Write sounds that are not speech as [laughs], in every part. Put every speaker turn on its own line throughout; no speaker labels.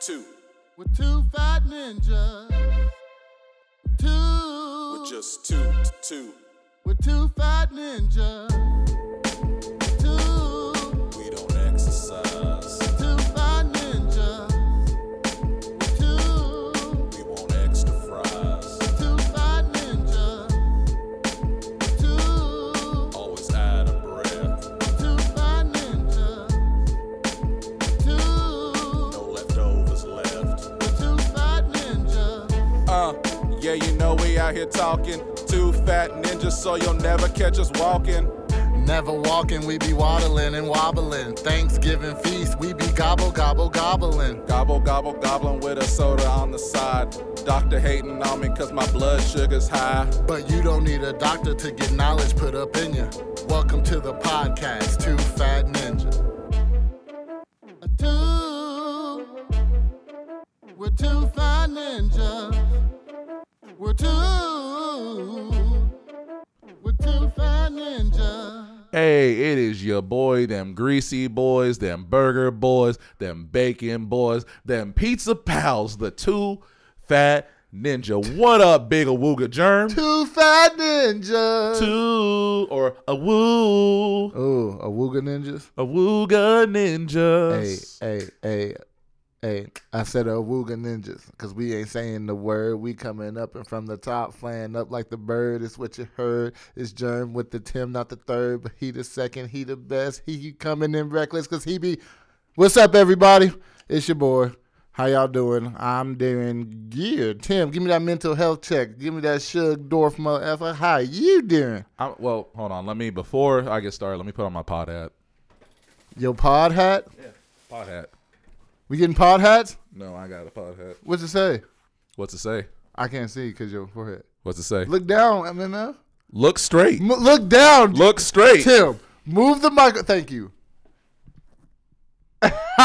two.
With two fat ninjas. Two.
With just two, two.
With two fat ninjas. Two.
We don't exercise.
Two fat ninjas. Two.
We want extra fries.
Two fat ninjas. Two.
Always out of breath.
Two fat ninjas. Two.
No leftovers left.
With two fat ninjas.
Uh, yeah, you know we out here talking. Two fat ninjas, so you'll never catch us walking.
Never walking, we be waddling and wobbling. Thanksgiving feast, we be gobble, gobble, gobbling.
Gobble, gobble, gobbling with a soda on the side. Doctor hating on me cause my blood sugar's high.
But you don't need a doctor to get knowledge put up in ya. Welcome to the podcast, Two Fat Ninja.
A two. We're two fine ninjas. We're two. We're two fine ninjas.
Hey, it is your boy, them greasy boys, them burger boys, them bacon boys, them pizza pals, the two fat ninja. What up, big awooga germ?
Two Fat Ninjas.
Two or a woo,
Ooh, Awooga Ninjas.
a wooga
Hey,
ninja.
hey, hey, hey. I said Awooga Ninjas because we ain't saying the word. We coming up and from the top, flying up like the bird. It's what you heard. It's Germ with the Tim, not the third, but he the second. He the best. He, he coming in reckless because he be. What's up, everybody? It's your boy. How y'all doing? I'm Darren Gear. Tim, give me that mental health check. Give me that Shug Dorf motherfucker. How you doing?
I'm, well, hold on. Let me before I get started. Let me put on my pod hat.
Your pod hat?
Pod hat.
We getting pod hats?
No, I got a pod hat.
What's it say?
What's it say?
I can't see because your forehead.
What's it say? Look,
Look down, MMF.
straight.
M- look down,
Look straight.
Tim. Move the mic. Thank you. [laughs]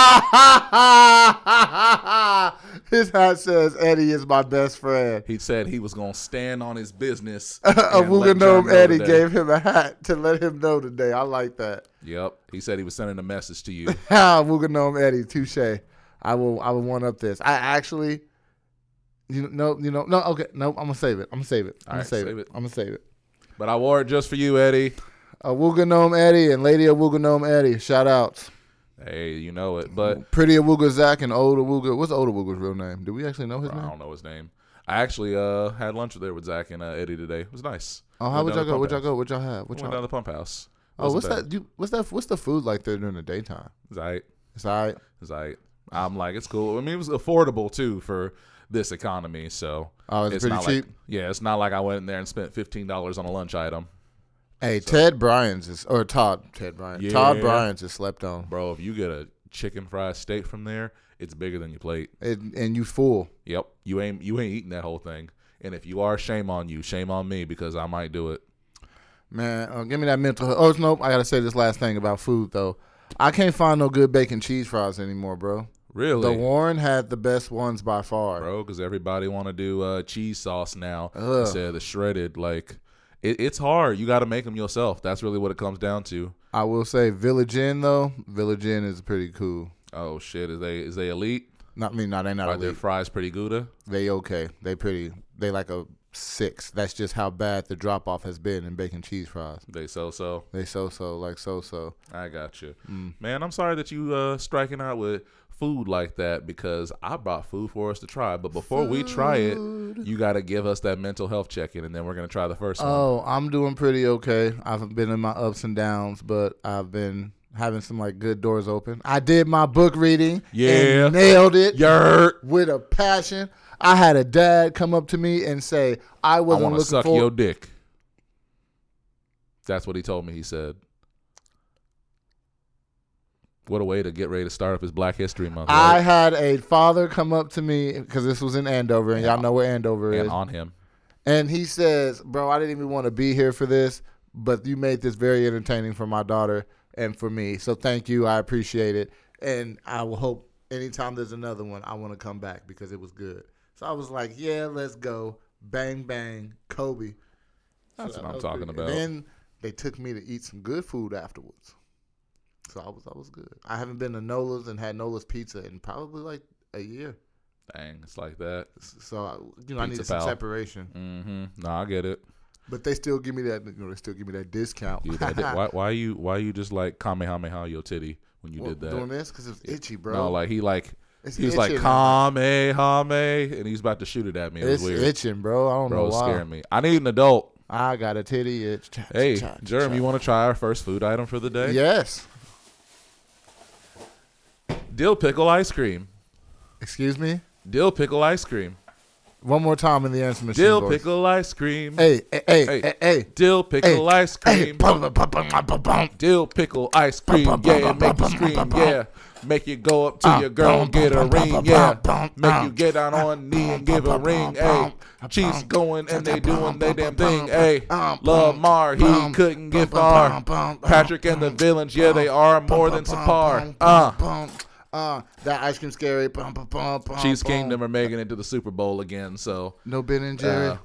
His hat says Eddie is my best friend. [laughs]
He said he was gonna stand on his [laughs] business.
A
and let
Wooga
John
Gnome
know
Eddie
today.
gave him a hat to let him know today. I like that. [laughs]
Yep. He said he was sending a message to you. [laughs]
Ha, Wooga Gnome Eddie, touche. I will. I will one up this. I actually, you know, you know, no. Okay, no. I'm gonna save it. I'm gonna save it. I'm gonna
Alright,
save,
save
it.
it.
I'm gonna save it.
but I wore it just for you, Eddie.
A Wooga Gnome Eddie and Lady of Wooga Gnome Eddie. Shout outs.
Hey, you know it. But
Pretty Awuga Zach and Old Awuga. What's Old Awuga's real name? Do we actually know his
I
name?
don't know his name. I actually uh had lunch there with Zach and uh, Eddie today. It was nice.
Oh, how would
Went
y'all
down
go?
to
What
the
y'all
pump house.
go? What y'all have? What
Went
y'all?
down to the pump house.
Oh, what's
Wasn't
that? You, what's that? What's the food like there during the daytime?
bad. It was aight.
It's all right.
It's like I'm like it's cool. I mean, it was affordable too for this economy. So
Oh, it's pretty
not
cheap?
Like, yeah, it's not like I went in there and spent fifteen dollars on a lunch item,
Hey, Ted Bryans is or Todd Ted Bryans. Todd
Yeah.
Bryans is slept on.
bro. If you get a chicken fried steak from there, it's bigger than your plate.
And, and you fool.
Yep, you ain't you ain't eating that whole thing. And if you are, shame on you. Shame on me because I might do it.
Man, uh, give me that mental. health. Oh it's- nope, I gotta say this last thing about food though. I can't find no good bacon cheese fries anymore, bro. The
Really,
Warren had the best ones by far.
bro? Because everybody want to do uh, cheese sauce now instead of the shredded. Like it, it's hard. You got to make them yourself. That's really what it comes down to.
I will say Village Inn though. Village Inn is pretty cool.
Oh shit, is they is they elite?
Not I mean, no, they not
Are
elite.
their fries pretty good?
they okay. They pretty. They like a six. That's just how bad the drop off has been in bacon cheese fries.
They so so.
They so so like so so.
I got you, man. I'm sorry that you uh striking out with food like that because I brought food for us to try. But before we try it, you got to give us that mental health check in, and then we're gonna try the first one.
Oh, I'm doing pretty okay. I've been in my ups and downs, but I've been having some like good doors open. I did my book reading. and
Yeah.
nailed it.
Yurt.
with a passion. I had a dad come up to me and say I [laughs]
I
wasn't
want to
looking
suck
for.
your dick. That's what he told me. He said. What a way to get ready to start up his Black History Month.
I
right?
had a father come up to me because this was in Andover, and y'all know where Andover is.
and on him.
And he says, Bro, I didn't even want to be here for this, but you made this very entertaining for my daughter and for me. So thank you. I appreciate it. And I will hope anytime there's another one, I want to come back because it was good. So I was like, Yeah, let's go. Bang, bang, Kobe.
That's
So
what
that
I'm
was
talking
pretty-
about.
And then they took me to eat some good food afterwards. So I was I was good. I haven't been to Nola's and had Nola's pizza in probably like a year.
Dang, it's like that.
So I, you know, I
Pizza
needed some
pal.
separation.
Mm-hmm. No, I
[laughs]
get it.
But they still give me that. You know, they still give me that discount.
You did that. why, why you why you just like kamehameha your titty when you
[laughs] Well,
did that?
Doing this because it's itchy, bro.
No, like he like
It's
he's like
itching.
kamehameha, and he's about to shoot it at me. It
it's
was weird,
itching, bro. I don't
bro.
know
It's
why.
scaring me. I need an adult.
I got a titty itch. Cha- cha-
Hey,
cha-
Jeremy,
cha.
you want to try our first food item for the day?
Yes.
Dill pickle ice cream.
Excuse me.
Dill pickle ice cream.
One more time in the answer machine.
Dill
voice.
pickle ice cream.
Hey, hey, hey,
Hey.
hey, hey.
Dill pickle
Hey,
ice
Hey,
cream.
bum, bum, bum, bum, bum, bum, bum.
Dill pickle ice cream,
bum, bum,
yeah,
bum,
make you
bum, bum,
scream,
bum, bum.
yeah. Make you go up to
Uh,
your girl
bum,
and get a
bum, bum,
ring,
bum,
yeah.
bum, bum,
Make
bum.
you get down on knee and give a
bum, bum,
ring, ayy.
bum,
Cheeks going and they doing they damn thing,
bum,
ayy.
bum,
Lamar, he
bum,
couldn't
bum,
get
bum,
far.
bum, bum, bum,
Patrick and the villains, yeah, they are more than
Bum, bum,
subpar.
bum,
Uh,
bum, bum. Uh, that ice cream scary. Bum, bum, bum, bum,
Chiefs
bum.
Kingdom are making it to the Super Bowl again, so.
No Ben and Jerry.
uh,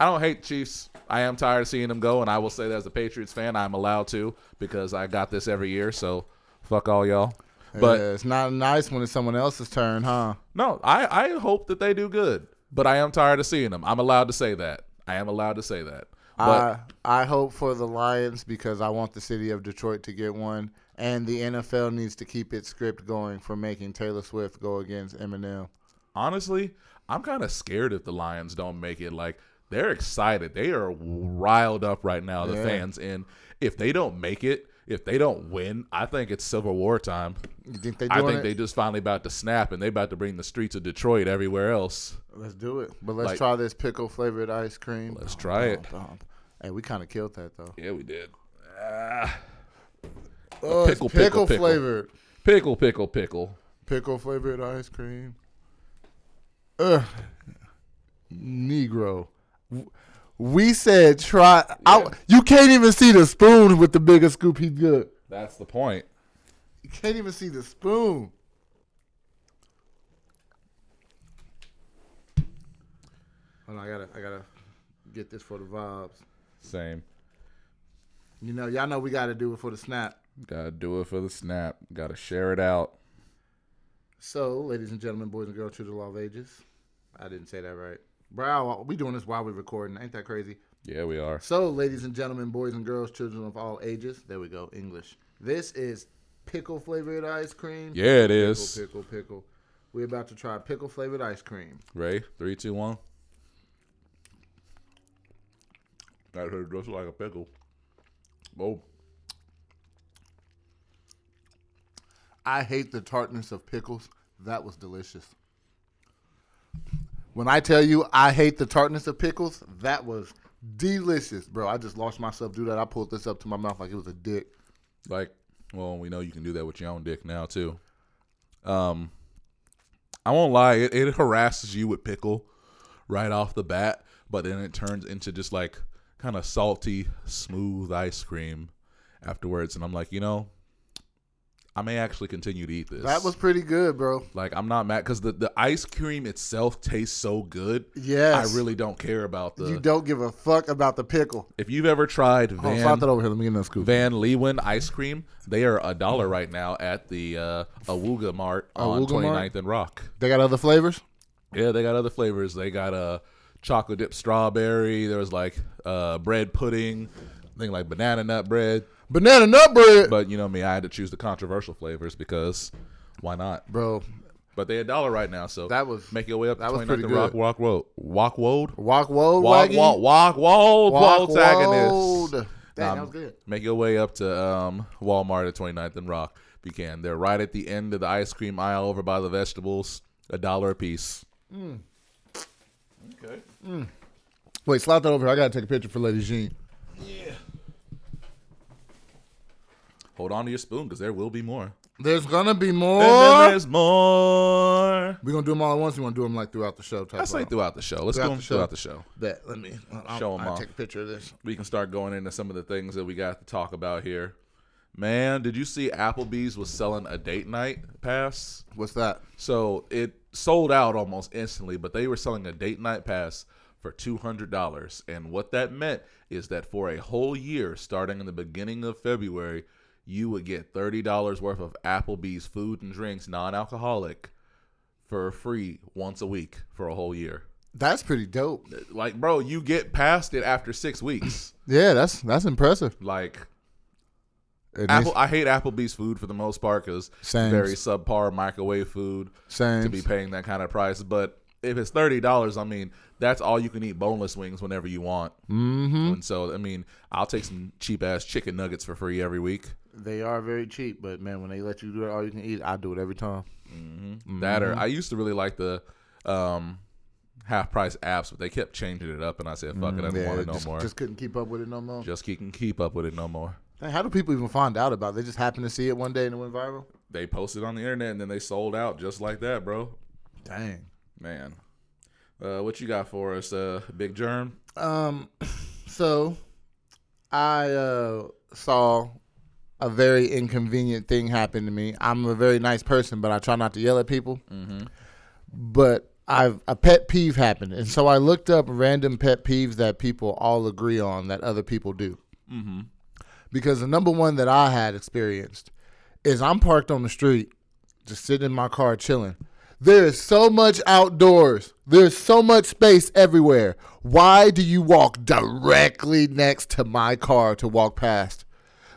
I don't hate Chiefs. I am tired of seeing them go, and I will say that as a Patriots fan, I'm allowed to because I got this every year, so fuck all y'all. But
Yeah, it's not nice when it's someone else's turn, huh?
No, I, I hope that they do good, but I am tired of seeing them. I'm allowed to say that. I am allowed to say that. But
I I hope for the Lions because I want the city of Detroit to get one, and the NFL needs to keep its script going for making Taylor Swift go against Eminem.
honestly, I'm kind of scared if the Lions don't make it. Like, they're excited. They are riled up right now, the
Yeah.
fans. And if they don't make it, if they don't win, I think it's Civil War time.
You think they?
I
Doing
think
it?
they just finally about to snap and they about to bring the streets of Detroit everywhere else.
Let's do it. But let's
Like-
try this pickle flavored ice cream.
Let's try it.
Bum. Hey, we kind of killed that though.
Yeah, we did. Ah.
Oh, it's
pickle, pickle,
pickle,
pickle.
flavored,
Pickle, pickle, pickle.
pickle flavored ice cream. Ugh. Negro. W- We said try. I, you can't even see the spoon with the bigger scoop. He good.
That's the point.
You can't even see the spoon. Hold on, I gotta, I gotta get this for the vibes.
Same.
You know, y'all know we gotta do it for the snap.
Gotta do it for the snap. Gotta share it out.
So, ladies and gentlemen, boys and girls, children of all ages, I didn't say that right. Bro, we doing this while we're recording. Ain't that crazy?
Yeah, we are.
So, ladies and gentlemen, boys and girls, children of all ages, there we go, English. This is pickle flavored ice cream.
Yeah, it
Pickle,
is.
pickle, pickle. We're about to try pickle flavored ice cream.
Ray, three, two, one. That hurt just like a pickle. Oh,
I hate the tartness of pickles. That was delicious. When I tell you I hate the tartness of pickles, that was delicious, bro. I just lost myself. Do that. I pulled this up to my mouth like it was a dick.
like well, we know you can do that with your own dick now too. Um, I won't lie, it, it harasses you with pickle right off the bat, but then it turns into just like kind of salty, smooth ice cream afterwards, and I'm like, you know, I may actually continue to eat this.
That was pretty good, bro.
Like I'm not mad because the, the ice cream itself tastes so good.
Yes.
I really don't care about the.
You don't give a fuck about the pickle.
if you've ever tried
Oh, slide
Van
that over here. Let me get another scoop.
Van Leeuwen ice cream, they are a dollar right now at the uh, Awooga Mart on
Awooga Mart?
29th and Rock.
They got other flavors?
Yeah, they got other flavors. They got a uh, chocolate dip strawberry. There was like uh, bread pudding, thing like banana nut bread.
Banana nut bread.
But you know me, I had to choose the controversial flavors because why not?
bro,
But they a dollar right now, so
That was-
make your way up.
that
to
was
29th
pretty
and Rock,
good.
Rock Road, Walk Road,
walk wold
Walk
waggy.
Walk Walk Walk
Walk
Protagonist.
wold. Dang, that
Um,
was good.
Make your way up to um, Walmart at 29th and Rock if you can. They're right at the end of the ice cream aisle over by the vegetables, a dollar a piece. Hmm. Okay.
Wait, slide that over here. I got to take a picture for Lady Jean.
Hold on to your spoon because there will be more.
There's going to be more.
And then there's more.
We're gonna do them all at once. You want to do them like throughout the show? Type
I say
of-
throughout the show. Let's
Throughout
go
the show.
throughout the show.
Bet. Let me I'll,
Show 'em
I'll
all.
Take a picture of this.
we can start going into some of the things that we got to talk about here. Man, did you see Applebee's was selling a date night pass?
What's that?
So it sold out almost instantly, but they were selling a date night pass for $200. And what that meant is that for a whole year, starting in the beginning of February, you would get $30 worth of Applebee's food and drinks, non alcoholic, for free once a week for a whole year.
That's pretty dope.
Like, bro, you get past it after six weeks.
Yeah, that's that's impressive.
Like,
And
Apple,
it's-
I hate Applebee's food for the most part because
Same.
very subpar microwave food
Same.
to be paying that kind of price. But if it's thirty dollars, I mean, that's all you can eat boneless wings whenever you want. Mm-hmm. And so, I mean, I'll take some cheap ass chicken nuggets for free every week.
They are very cheap, but man, when they let you do it all you can eat, I do it every time.
That or I used to really like the um, half price apps, but they kept changing it up, and I said, "Fuck it, I don't want it no
just,
more." Mm-hmm. Just,
just couldn't keep up with it no more.
keep keep up with it no more.
Dang, how do people even find out about? it? They just happen to see it one day and it went viral.
They posted on the internet, and then they sold out just like that, bro.
Dang.
Man, uh, what you got for us, uh, Big Germ?
Um, so I uh, saw a very inconvenient thing happen to me. I'm a very nice person, but I try not to yell at people. But I've a pet peeve happened, and so I looked up random pet peeves that people all agree on that other people do. Mm-hmm. Because the number one that I had experienced is I'm parked on the street, just sitting in my car chilling. There is so much outdoors. There's so much space everywhere. Why do you walk directly next to my car to walk past?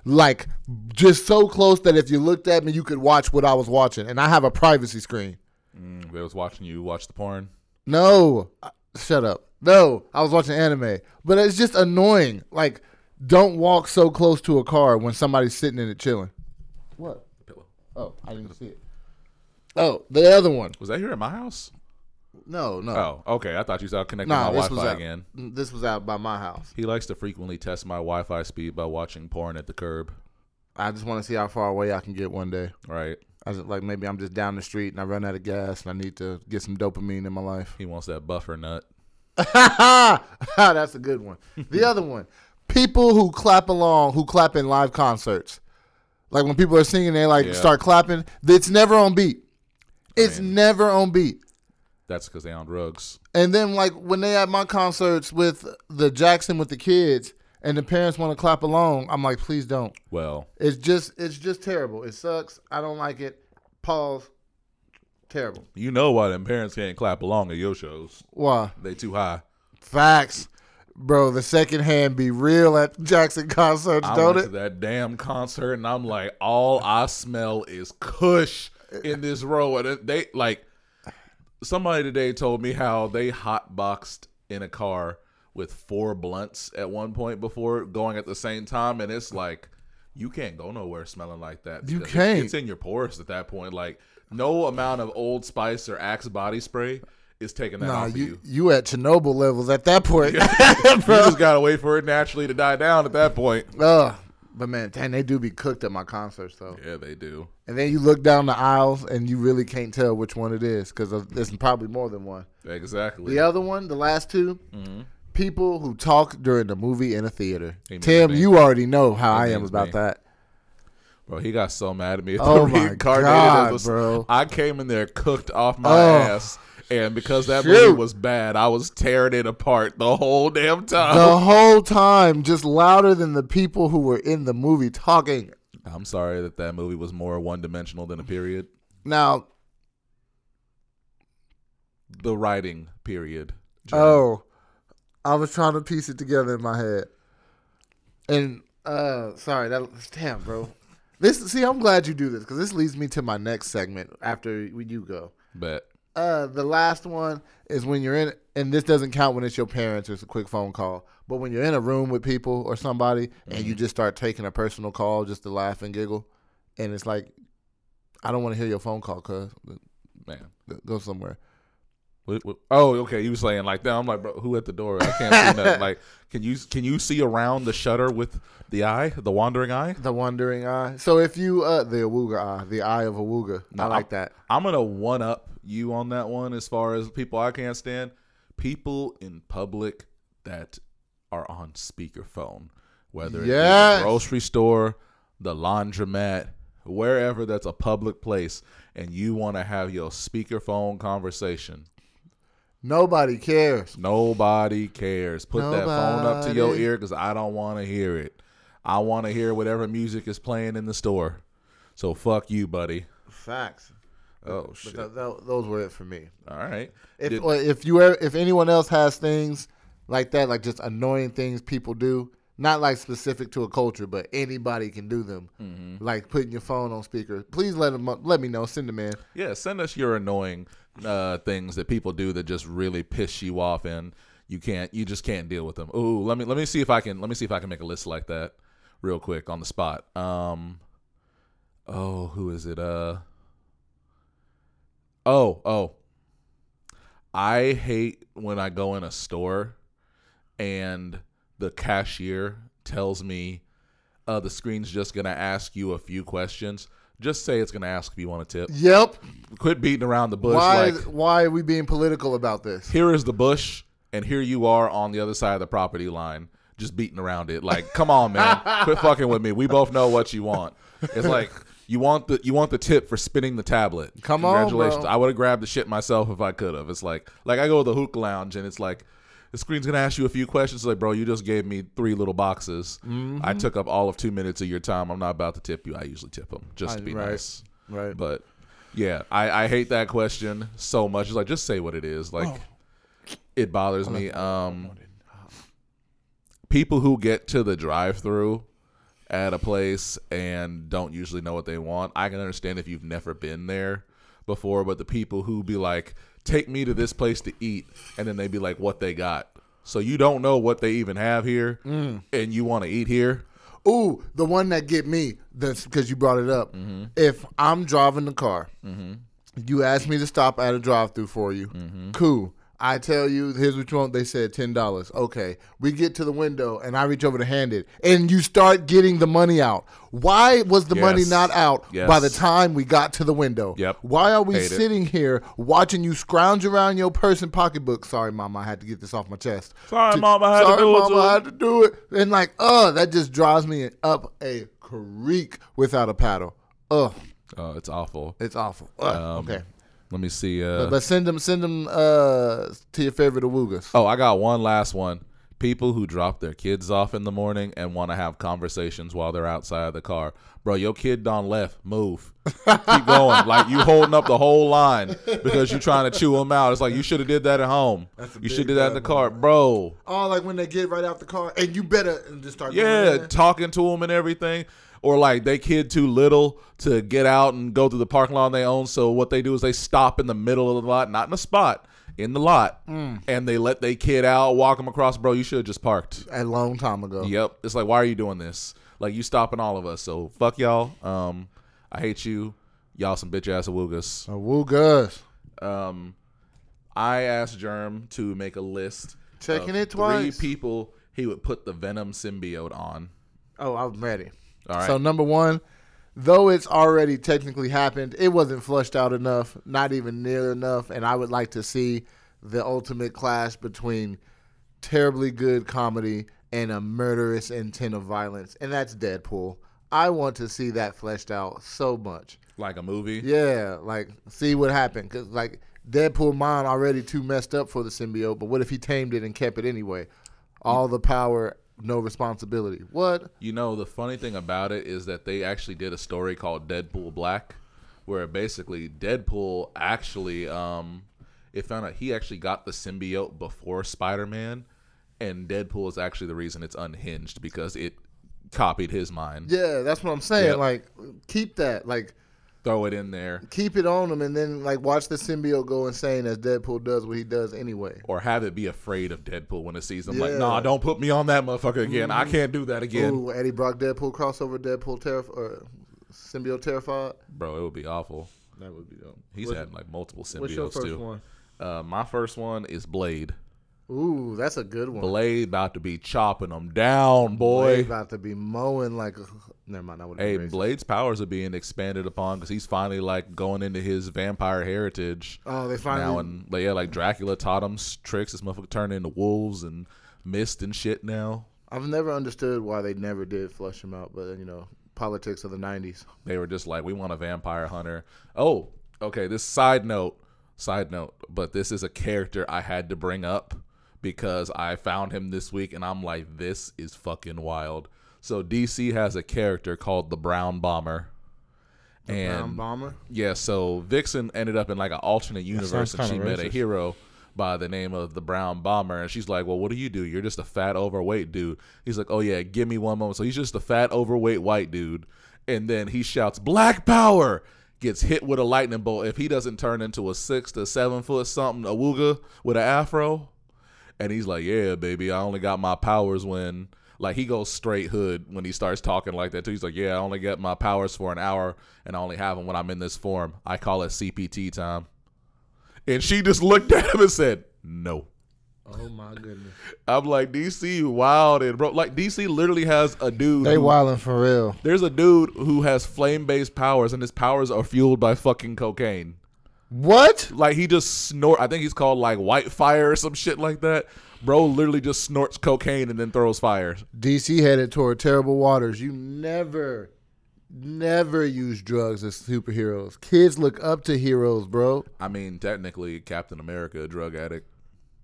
Like just so close that if you looked at me, you could watch what I was watching, and I have a privacy screen.
Mm, They was watching you watch the porn.
No, Uh, shut up. No, I was watching anime, but it's just annoying. Like, don't walk so close to a car when somebody's sitting in it chilling. What?
Pillow.
Oh, I didn't see it. Oh, the other one.
Was that here at my house?
No, no.
Oh, okay. I thought you saw connecting
Nah,
my
this
Wi-Fi
was out.
again.
This was out by my house.
He likes to frequently test my Wi-Fi speed by watching porn at the curb.
I just want to see how far away I can get one day.
Right?
I just, like maybe I'm just down the street and I run out of gas and I need to get some dopamine in my life. [laughs] Ah!
He wants that buffer nut.
That's a good one.
[laughs]
The other one, people who clap along, who clap in live concerts, like when people are singing, they like
Yeah.
start clapping. It's never on beat. It's never on beat.
That's because they on drugs.
And then like when they at my concerts with the Jackson with the kids, and the parents want to clap along, I'm like, please don't.
Well,
It's just it's just terrible. It sucks. I don't like it. Pause. Terrible.
you know why them parents can't clap along at your shows.
Why?
They too high.
Facts. Bro, the second hand be real at Jackson concerts,
I
don't
went to
it?
that damn concert and I'm like, all I smell is Kush in this row. And it- they like somebody today told me how they hot boxed in a car with four blunts at one point before going at the same time, and it's like you can't go nowhere smelling like that.
You
because it-
can't.
It's in your pores at that point. Like no amount of Old Spice or Axe body spray is taking that
Nah,
off of
you [laughs]
you.
you at Chernobyl levels at that point.
you just gotta wait for it naturally to die down at that point.
[laughs] Ugh. But man, dang, they do be cooked at my concerts though.
Yeah, they do.
And then you look down the aisles and you really can't tell which one it is because there's probably more than one.
Exactly.
The other one, the last 2
Mm-hmm.
people who talk during the movie in a theater.
Amen,
Tim,
baby.
you already know how I am
means
about
me.
that.
Bro, he got so mad at me. [laughs]
Oh my
Reincarnated
God,
was-
bro.
I came in there cooked off my
Oh,
ass, and because that movie
shoot.
was bad, I was tearing it apart the whole damn [laughs] time.
The whole time, just louder than the people who were in the movie talking.
I'm sorry that that movie was more one dimensional than a period.
Now,
The writing period.
Oh, I was trying to piece it together in my head. And uh, sorry, that damn, bro. This see, I'm glad you do this because this leads me to my next segment after you go.
But
Uh, the last one is when you're in, and this doesn't count when it's your parents or it's a quick phone call. But when you're in a room with people or somebody, and you just start taking a personal call just to laugh and giggle, and it's like, I don't want to hear your phone call, cuz
man,
go somewhere.
What- what- oh, okay. You was saying like that. I'm like, bro, who at the door? I can't
[laughs]
see nothing. Like, can you can you see around the shutter with the eye, the wandering eye?
The wandering eye. So if you uh the awooga eye, the eye of awooga. I
No,
like
I'm-
that.
I'm gonna one up you on that one as far as people I can't stand. People in public that are on speakerphone, whether it's
Yes.
the grocery store, the laundromat, wherever that's a public place, and you want to have your speakerphone conversation.
Nobody cares.
Nobody cares. Put that phone up to your
Nobody.
ear because I don't want to hear it. I want to hear whatever music is playing in the store. So fuck you, buddy.
Facts.
Oh shit!
But th- th- those were it for me.
All right.
If
Did-
or if you ever, if anyone else has things like that, like just annoying things people do, not like specific to a culture, but anybody can do them. Like putting your phone on speaker. Please let them let me know. Send them in.
yeah, send us your annoying uh, things that people do that just really piss you off, and you can't, you just can't deal with them. Ooh, let me let me see if I can let me see if I can make a list like that real quick on the spot. Um, oh, who is it? Uh, oh, oh, I hate when I go in a store and the cashier tells me uh, the screen's just gonna ask you a few questions. Just say it's gonna ask if you want a tip
Yep.
quit beating around the bush.
Why?
Like,
why are we being political about this?
here is the bush, and here you are on the other side of the property line, just beating around it. Like, come
[laughs]
on, man, quit fucking with me. We both know what you want. It's like you want the you want the tip for spinning the tablet.
Come on,
congratulations.
bro.
I would have grabbed the shit myself if I could have. It's like like I go to the hook lounge, and it's like. The screen's gonna ask you a few questions. It's like, bro, you just gave me three little boxes.
Mm-hmm.
I took up all of two minutes of your time. I'm not about to tip you. I usually tip them just to be
right.
nice.
Right.
But yeah, I, I hate that question so much. It's like just say what it is. Like it bothers me. Um people who get to the drive through at a place and don't usually know what they want. I can understand if you've never been there before, but the people who be like, take me to this place to eat and then they be like what they got. So you don't know what they even have here and you want to eat here.
Ooh, the one that get me. That's because you brought it up.
Mm-hmm.
If I'm driving the car, you ask me to stop at a drive-through for you.
Mm-hmm.
Cool. I tell you, here's what you want. They said ten dollars. Okay. We get to the window, and I reach over to hand it, and you start getting the money out. Why was the money
Yes.
not out by
Yes.
the time we got to the window?
Yep.
Why are we
Hate it.
sitting here watching you scrounge around your purse and pocketbook? Sorry, mom, I had to get this off my chest.
Sorry,
To-
Mom, I had to
sorry,
do it
Mom,
to
I
her.
had to do it. And like, uh, that just drives me up a creek without a paddle. Ugh,
Oh, it's awful.
it's awful. Ugh, okay.
Let me see uh
But send them, send them uh, to your favorite awoogas.
Oh, I got one last one. People who drop their kids off in the morning and want to have conversations while they're outside of the car. Bro, your kid done left. Move. Keep going. like you holding up the whole line because you trying to chew them out. It's like you should have did that at home. You should have did that in the car. Bro.
Oh, like when they get right out the car, and you better and just start. going in
Yeah,
there.
talking to them and everything. Or like they kid too little to get out and go through the parking lot on their own. So what they do is they stop in the middle of the lot, not in the spot, in the lot, and they let they kid out, walk them across. Bro, you should have just parked.
a long time ago.
Yep. It's like, why are you doing this? Like, you stopping all of us. So fuck y'all. Um, I hate you. Y'all some bitch ass awoogas.
Awoogas.
Um, I asked Germ to make a list.
Checking
of
it twice.
Three people he would put the Venom symbiote on.
Oh, I'm ready.
All right.
So number one, though it's already technically happened, it wasn't flushed out enough, not even near enough, and I would like to see the ultimate clash between terribly good comedy and a murderous intent of violence, and that's Deadpool. I want to see that fleshed out so much.
like a movie.
Yeah, like see what happened because like Deadpool mind already too messed up for the symbiote, but what if he tamed it and kept it anyway? All the power, no responsibility. What?
You know, the funny thing about it is that they actually did a story called Deadpool Black, where basically Deadpool actually, um, it found out he actually got the symbiote before Spider Man, and Deadpool is actually the reason it's unhinged because it copied his mind.
Yeah, that's what I'm saying.
Yep.
Like, keep that. Like,
Throw it in there,
keep it on him, and then like watch the symbiote go insane as Deadpool does what he does anyway.
or have it be afraid of Deadpool when it sees him. Like,
Yeah. Mm.
nah, don't put me on that motherfucker again. I can't do that again,
Ooh, Eddie Brock Deadpool crossover Deadpool terrif or symbiote terrified.
bro. It would be awful.
That would be dope.
He's
What's-
had like multiple symbiotes
What's your first
too.
one?
Uh, my first one is Blade.
Ooh, that's a good one.
Blade about to be chopping them
Blade
down, boy.
about to be mowing like. A, never mind. I would.
Hey, Blade's powers are being expanded upon because he's finally like going into his vampire heritage
Oh, they
now,
finally.
and like, yeah, like Dracula taught him s- tricks. This motherfucker turned into wolves and mist and shit now.
I've never understood why they never did flush him out, but you know, politics of the '90s.
They were just like, we want a vampire hunter. Oh, okay. This side note, side note, but this is a character I had to bring up because I found him this week and I'm like, this is fucking wild. So DC has a character called the Brown Bomber.
The brown
and
bomber.
yeah, so Vixen ended up in like an alternate universe, and
sounds
she
kinda
met a
racist.
hero by the name of the Brown Bomber, and she's like, "Well, what do you do? You're just a fat, overweight dude." He's like, "Oh yeah, give me one moment." So he's just a fat, overweight white dude, and then he shouts, "Black Power!" Gets hit with a lightning bolt. If he doesn't turn into a six to seven foot something a wooga with an afro, and he's like, "Yeah, baby, I only got my powers when." Like he goes straight hood when he starts talking like that too. He's like, "Yeah, I only get my powers for an hour, and I only have them when I'm in this form. I call it CPT time." And she just looked at him and said, "No."
Oh my goodness.
I'm like, "DC wild and bro, like DC literally has a dude.
They
who-
wilding for real.
There's a dude who has flame based powers, and his powers are fueled by fucking cocaine."
What?
like he just snort. I think he's called like white fire or some shit like that. Bro, literally just snorts cocaine and then throws fire.
DC headed toward terrible waters. You never, never use drugs as superheroes. Kids look up to heroes, bro.
I mean, technically, Captain America, a drug addict.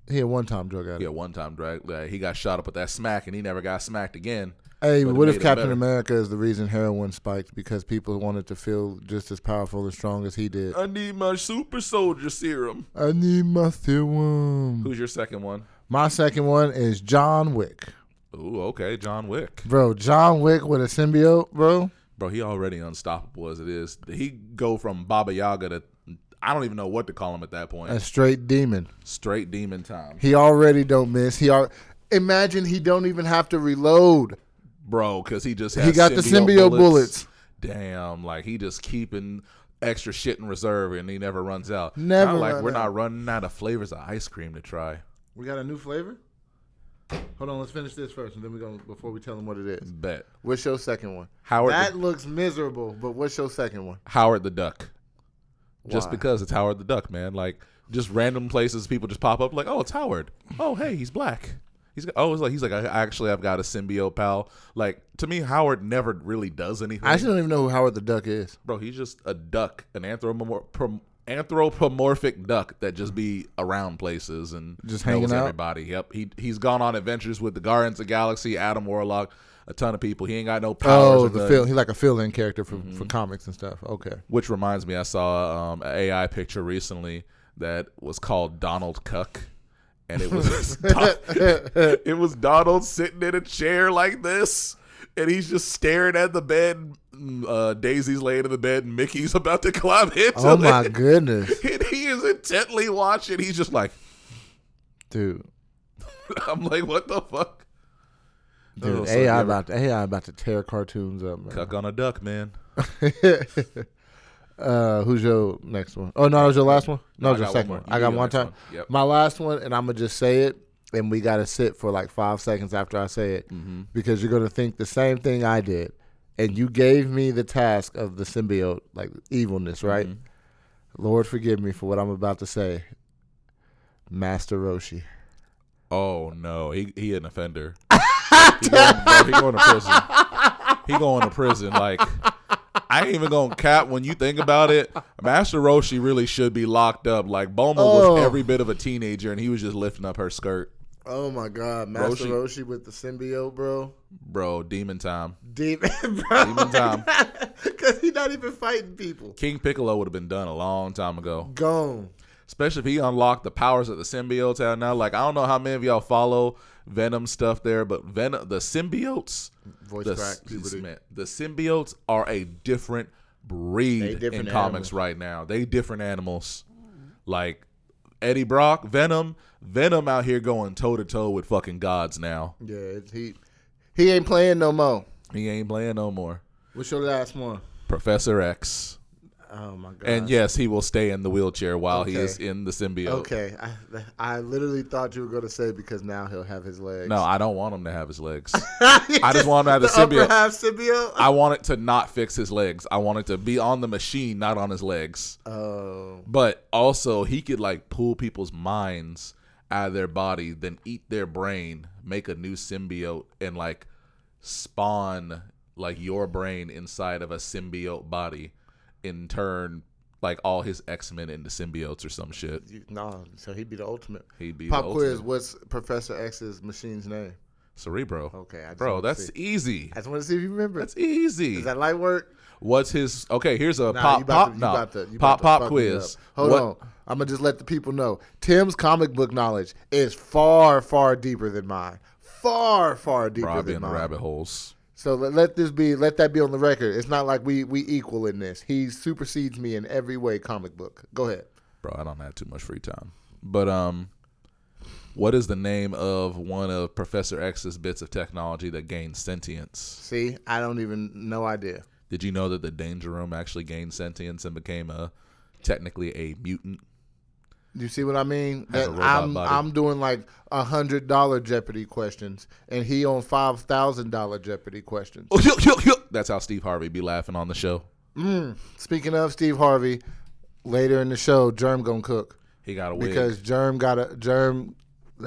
He a one time drug addict.
Yeah, one time drug. Like, he got shot up with that smack, and he never got smacked again.
Hey,
But it
what
made
if
it
Captain
better.
America is the reason heroin spiked because people wanted to feel just as powerful and strong as he did?
I need my super soldier serum.
I need my serum.
Who's your second one?
My second one is John Wick.
Ooh, okay, John Wick.
Bro, John Wick with a symbiote, bro.
Bro, he already unstoppable as it is. He go from Baba Yaga to I don't even know what to call him at that
A
point.
straight demon.
Straight demon time.
He already don't miss. He al- imagine he don't even have to reload.
bro, because he just has
He got the symbiote bullets.
Damn, like he just keeping extra shit in reserve and he never runs out.
Never
Not like
run
we're
out.
not running out of flavors of ice cream to try.
We got a new flavor. Hold on, let's finish this first, and then we gonna before we tell them what it is.
Bet
What's your second one?
Howard
That
the,
looks miserable, but what's your second one?
Howard the Duck, just
Why?
because it's Howard the Duck, man. Like just random places people just pop up like, oh, it's Howard. Oh, hey, he's black. He's oh, it's like he's like I, actually I've got a symbiote pal. Like to me, Howard never really does anything.
I actually don't even know who Howard the Duck is.
Bro, he's just a duck, an anthropomor- anthropomorphic duck that just be around places and
Just
knows
hanging out?
Everybody, yep. He he's gone on adventures with the Guardians of the Galaxy, Adam Warlock, a ton of people. He ain't got no powers.
Oh, the
or
Mm-hmm.
nothing.
fill. He's like a fill-in character for, for comics and stuff. Okay.
Which reminds me, I saw um, an AI picture recently that was called Donald Cuck, and
[laughs]
it was [laughs] it was Donald sitting in a chair like this, and he's just staring at the bed. Uh, Daisy's laying in the bed, and Mickey's [laughs] about to climb into
Oh my [laughs]
it. [laughs]
goodness,
and he is intently watching. He's just like, [laughs]
dude.
I'm like, what the fuck?
Dude,
Oh, so you
AI
ever-
about to, AI about to tear cartoons up. Man.
Cuck on a duck, man.
[laughs] uh, who's your next one? Oh no, that was your last one. No, it
I
was your
got
second
one
one.
more.
I
You
got
do
one
the next
time.
one. Yep.
My last one, and I'm gonna just say it, and we gotta sit for like five seconds after I say it,
Mm-hmm.
because you're gonna think the same thing I did, and you gave me the task of the symbiote, like evilness, right?
Mm-hmm.
Lord, forgive me for what I'm about to say. Master Roshi.
Oh no, he he an offender. he, going, bro, he going to prison. He going to prison. Like I ain't even gonna cap when you think about it. Master Roshi really should be locked up. Like Boma
Oh.
was every bit of a teenager, and he was just lifting up her skirt.
Oh my God, Master
Roshi.
Roshi, with the symbiote, bro.
Bro, demon time.
Demon, [laughs] bro. [laughs]
Demon time.
Because he's not even fighting people.
King Piccolo would have been done a long time ago.
Gone.
especially if he unlocked the powers that the symbiotes have now. Like I don't know how many of y'all follow Venom stuff there, but Venom the symbiotes,
Voice
the,
crack,
s-
puberty.
man, the symbiotes are a different breed
They different
in comics
animals.
right now. They different animals. Like Eddie Brock, Venom, Venom out here going toe to toe with fucking gods now.
Yeah, it's, he he ain't playing no more.
He ain't playing no more.
What's your last one?
Professor X.
Oh my god.
And yes, he will stay in the wheelchair while he
Okay.
is in the
[laughs]
symbiote.
okay, I, I literally thought you were gonna say because now he'll have his legs. [laughs]
No, I don't want him to have his legs.
I
just want him to have the symbiote.
upper half symbiote.
I want it to not fix his legs. I want it to be on the machine, not on his legs.
Oh,
But also, he could like pull people's minds out of their body, then eat their brain, make a new symbiote, and like spawn like your brain inside of a symbiote body, and turn like all his X Men into symbiotes or some shit.
you, no! So he'd be the ultimate.
He'd be the
Pop quiz:
ultimate.
What's Professor X's machine's name?
Cerebro.
Okay, I just
bro,
wanted to
that's
see.
easy.
I just want to see if you remember.
That's easy.
Is that light work?
What's his? Okay, here's a
Nah,
pop
you about
pop
to, you
no,
about to, you about
pop
to
pop
fuck
quiz.
me up. Hold
What-
on. I'm gonna just let the people know. Tim's comic book knowledge is far, far deeper than mine. Far, far deeper
Bro, I'll be
than
in the
mine.
rabbit holes.
So let, let this be. Let that be on the record. It's not like we we equal in this. He supersedes me in every way. Comic book. Go ahead.
Bro, I don't have too much free time. But um, what is the name of one of Professor X's bits of technology that gains sentience?
See, I don't even no idea.
Did you know that the Danger Room actually gained sentience and became a technically a mutant? [laughs]
You see what I mean? That
Has a robot
I'm
body.
I'm doing like a hundred dollar Jeopardy questions, and he on five thousand dollar Jeopardy questions.
That's how Steve Harvey be laughing on the show.
Speaking of Steve Harvey, later in the show, Germ gonna cook
He got a wig.
because Germ got a Germ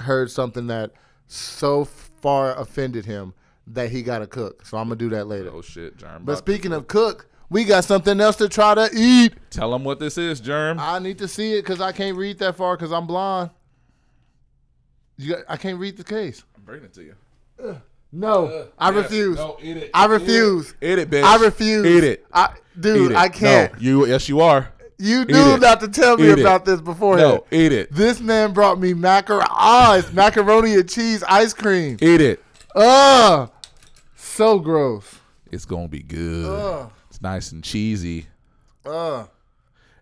heard something that so far offended him that he got to cook. So I'm gonna do that later.
oh shit, Germ.
But speaking of cook, we got something else to try to eat.
tell him what this is, Germ.
I need to see it because I can't read that far because I'm blind. You got, I can't read the case.
I'm bringing it to you.
No, I
Yes.
refuse.
Uh, No, eat it.
I
Eat it.
refuse.
Eat it, bitch.
I refuse.
Eat it.
I, dude,
Eat it.
I can't.
No, you yes, you are.
You
Eat
knew
it.
not to tell me
Eat it.
about this beforehand.
No, eat it.
This man brought me macaroni. Ah, it's macaroni and cheese ice cream.
Eat it.
Ugh. So gross. [laughs]
It's gonna be good.
Uh.
It's nice and cheesy.
Ugh.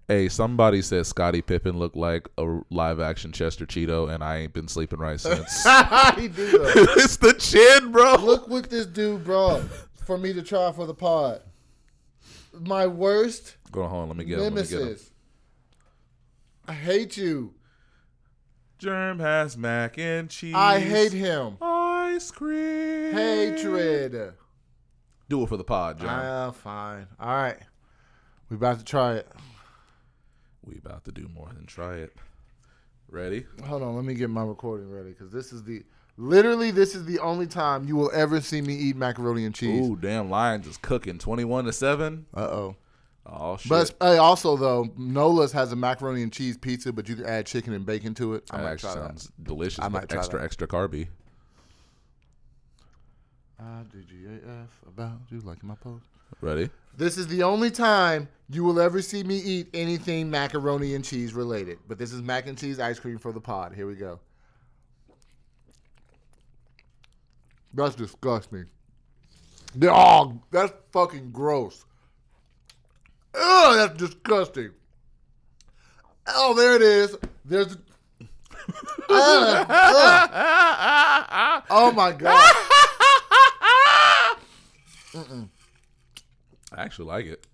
Hey, somebody said Scottie Pippen looked like a live action Chester Cheeto, and I ain't been sleeping right since.
[laughs]
[laughs]
he do though.
it's the chin, bro.
Look what this dude brought for me to try for the pod. My worst
Go on, let me get him. Let me get him.
nemesis. I hate you.
Germ has mac and cheese.
I hate him.
ice cream.
Hatred.
Do it for the pod, Germ.
Ah, fine. All right. We about to try it.
we about to do more than try it. Ready?
Hold on, let me get my recording ready because this is the literally this is the only time you will ever see me eat macaroni and cheese.
Ooh, damn! Lions is cooking. Twenty-one to seven.
Uh oh.
Oh shit!
But hey, also though, Nola's has a macaroni and cheese pizza, but you can add chicken and bacon to it. I
that
might try
actually
that.
sounds delicious.
I
but
might try
extra,
that.
extra carby.
I did GAF about you liking my post.
Ready?
This is the only time you will ever see me eat anything macaroni and cheese related. But this is mac and cheese ice cream for the pod. Here we go. That's disgusting. They're all that's fucking gross. Ugh, that's disgusting. Oh, there it is. There's. [laughs] Ugh, ugh. Oh my god.
I actually like it.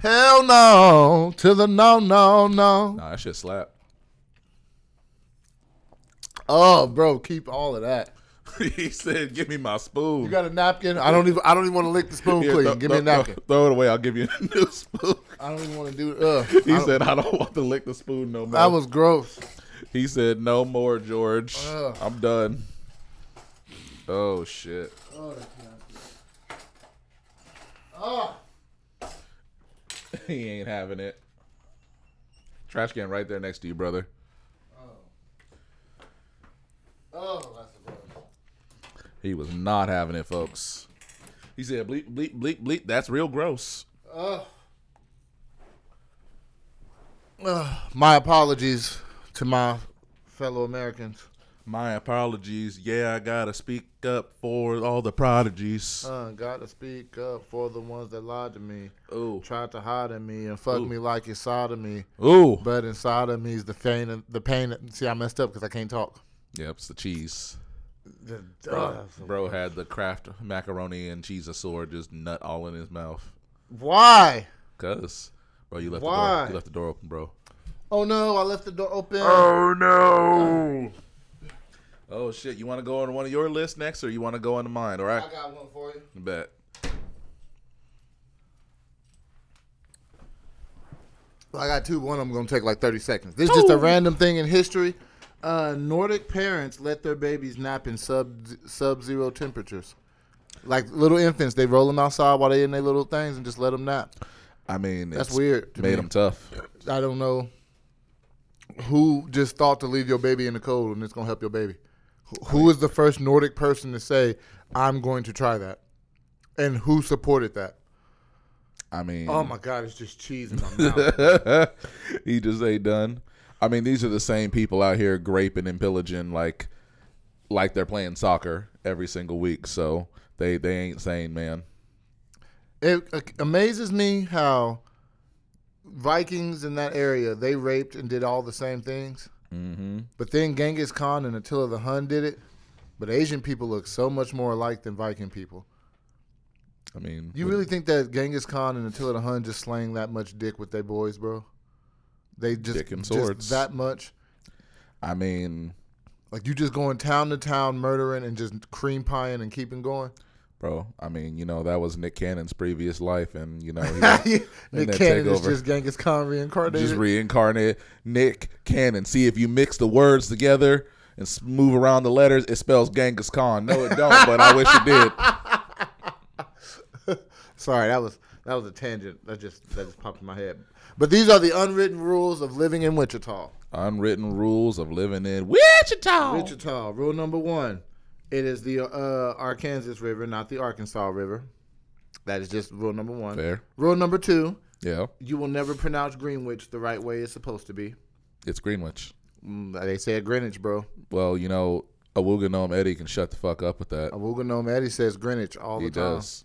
Hell no to the no no no.
Nah, that shit slap. [laughs]
Oh, bro, keep all of that.
he said, "Give me my spoon."
You got a napkin? I don't even. I don't even want to lick the spoon
Here,
clean.
throw-
Give me a
throw- throw-
napkin.
Throw it away. I'll give you [laughs] a new spoon.
I don't even want to do. [laughs] Ugh.
He
I don't-
said, "I don't want to lick the spoon no more."
that was gross.
he said, "No more, George.
Ugh.
I'm done." Oh shit! [laughs]
Oh,
he ain't having it. Trash can right there next to you, brother.
oh, that's gross.
He was not having it, folks. He said, "Bleep, bleep, bleep, bleep." That's real gross.
My apologies to my fellow Americans.
My apologies. Yeah, I gotta speak up for all the prodigies.
Uh, gotta speak up for the ones that lied to me,
ooh,
tried to hide in me, and fuck me like it's sodomy.
ooh.
But inside of me is the pain. and- The pain. See, I messed up because I can't talk.
Yep, it's the cheese.
The,
Bro,
ugh.
bro had the Kraft macaroni and cheese sword just nut all in his mouth.
Why?
Cause, bro, you left the
Why?
door. You left the door open, bro.
Oh no! I left the door open.
Oh no! Oh shit! You want to go on one of your lists next, or you want to go on to mine? All right,
I got one for you.
bet.
I got two. One of them gonna take like thirty seconds. This is just a random thing in history. Uh, Nordic parents let their babies nap in sub sub zero temperatures. Like little infants, they roll them outside while they in their little things and just let them nap.
I mean,
That's
it's
weird. to
Made
me.
them tough.
I don't know who just thought to leave your baby in the cold and it's gonna help your baby. Who was the first Nordic person to say, "I'm going to try that," and who supported that?
I mean,
Oh my God, it's just cheese in my mouth.
[laughs] he just ain't done. I mean, these are the same people out here graping and pillaging like like they're playing soccer every single week. So they they ain't sane, man.
it uh, amazes me how Vikings in that area they raped and did all the same things.
Mm-hmm.
But then Genghis Khan and Attila the Hun did it. But Asian people look so much more alike than Viking people.
I mean,
You really think that Genghis Khan and Attila the Hun just slaying that much dick with their boys, bro? They just,
Dick and
just
swords.
that much.
I mean,
Like you just going town to town, murdering and just cream pieing and keeping going.
bro. I mean, you know that was Nick Cannon's previous life, and
[laughs]
you know he then
Nick
take
Cannon is
over.
just Genghis Khan reincarnated.
just reincarnate Nick Cannon. See if you mix the words together and s- move around the letters, it spells Genghis Khan. No, it don't. but I wish
[laughs]
it did.
Sorry, that was that was a tangent. That just that just popped in my head. But these are the unwritten rules of living in Wichita.
Unwritten rules of living in Wichita.
Wichita, rule number one. It is the uh, Arkansas River, not the Arkansas River. That is just rule number one.
Fair.
Rule number two,
Yeah,
you will never pronounce Greenwich the right way it's supposed to be.
it's Greenwich.
Mm, they say at Greenwich, bro.
Well, you know, Awuga Gnome Eddie can shut the fuck up with that.
Awuga Gnome Eddie says Greenwich all
He
the time.
does.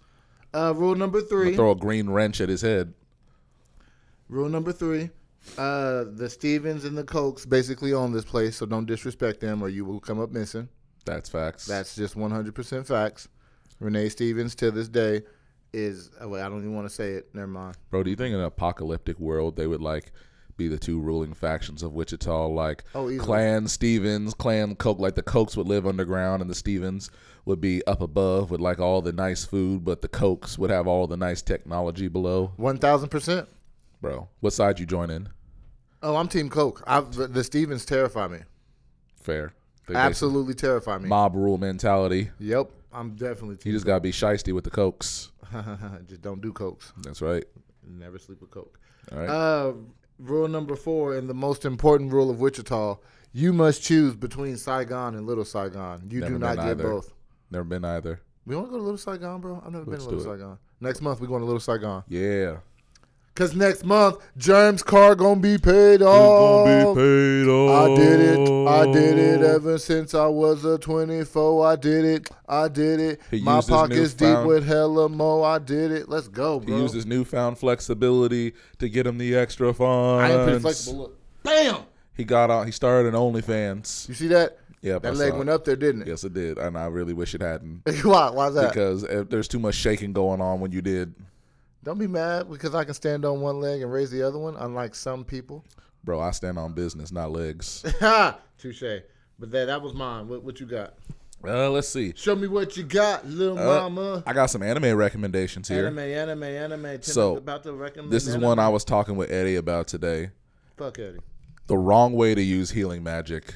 Uh, rule number three.
Throw a green wrench at his head.
Rule number three. Uh, the Stevens and the Cokes basically own this place, so don't disrespect them or you will come up missing.
That's facts.
That's just 100% facts. Renee Stevens to this day is. Oh, wait, I don't even want to say it. Never mind.
Bro, do you think in an apocalyptic world they would like be the two ruling factions of Wichita, like
Oh, easily.
Clan Stevens, Clan Coke, like the Cokes would live underground and the Stevens would be up above with like all the nice food, but the Cokes would have all the nice technology below.
1000%.
Bro, what side you joining?
Oh, I'm Team Coke. I've, the Stevens terrify me.
Fair. They- they-
Absolutely terrify me.
Mob rule mentality.
Yep. I'm definitely
You
Team
just gotta be shisty with the Cokes.
[laughs] Just don't do Cokes.
That's right.
Never sleep with Coke.
All right.
Uh, rule number four, and the most important rule of Wichita, you must choose between Saigon and Little Saigon. You
Never
do not
been
get
either.
both.
Never been either.
We want to go to Little Saigon, bro. I've never
Let's
been to
do
Little Saigon. Next month we going to Little Saigon.
Yeah.
Cause next month Germ's car gonna be paid
It's
off.
gonna be paid
Oh, I did it. I did it uh,
off.
ever since I was a 24. I did it. I did it.
He
My
used his
pockets deep
newfound-
with hella mo. I did it. Let's go,
He
bro.
used his newfound flexibility to get him the extra funds.
I am pretty flexible. Look. Bam!
He got on. He started an OnlyFans.
You see that?
Yep, I
That
saw
leg
it.
went up there, didn't it?
Yes, it did, and I really wish it hadn't
[laughs] Why? Why's that?
because if there's too much shaking going on when you did,
Don't be mad because I can stand on one leg and raise the other one, unlike some people. [laughs]
bro. I stand on business, not legs.
Ha! Touche. But that, that was mine. What, what you got?
uh, let's see.
Show me what you got, little
Uh,
mama.
I got some anime recommendations here.
Anime, anime, anime. Tim
So,
is about to recommend.
This is
anime.
one I was talking with Eddie about today.
Fuck Eddie.
The wrong way to use healing magic.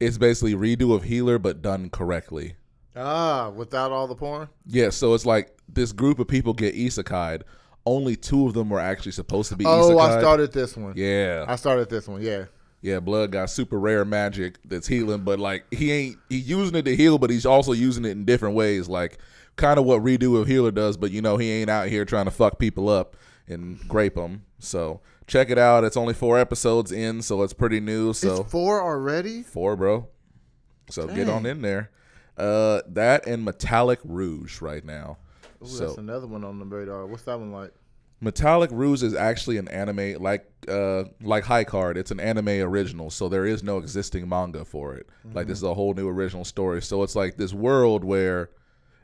It's basically redo of healer, but done correctly.
Ah, without all the porn.
Yeah, so it's like this group of people get isekai'd. Only two of them were actually supposed to be
Oh,
isekai'd.
I started this one.
Yeah.
I started this one. Yeah.
Yeah, Blood got super rare magic that's healing, but like he ain't he using it to heal, but he's also using it in different ways, like kind of what redo of healer does, but you know he ain't out here trying to fuck people up and grape them. So check it out. It's only four episodes in, so it's pretty new. So
It's four already.
four, bro. So get on in there. Uh, that and Metallic Rouge right now.
Ooh,
so
that's another one on the radar. What's that one like?
Metallic Rouge is actually an anime like uh like High Card. It's an anime original, so there is no existing manga for it. Like this is a whole new original story. So it's like this world where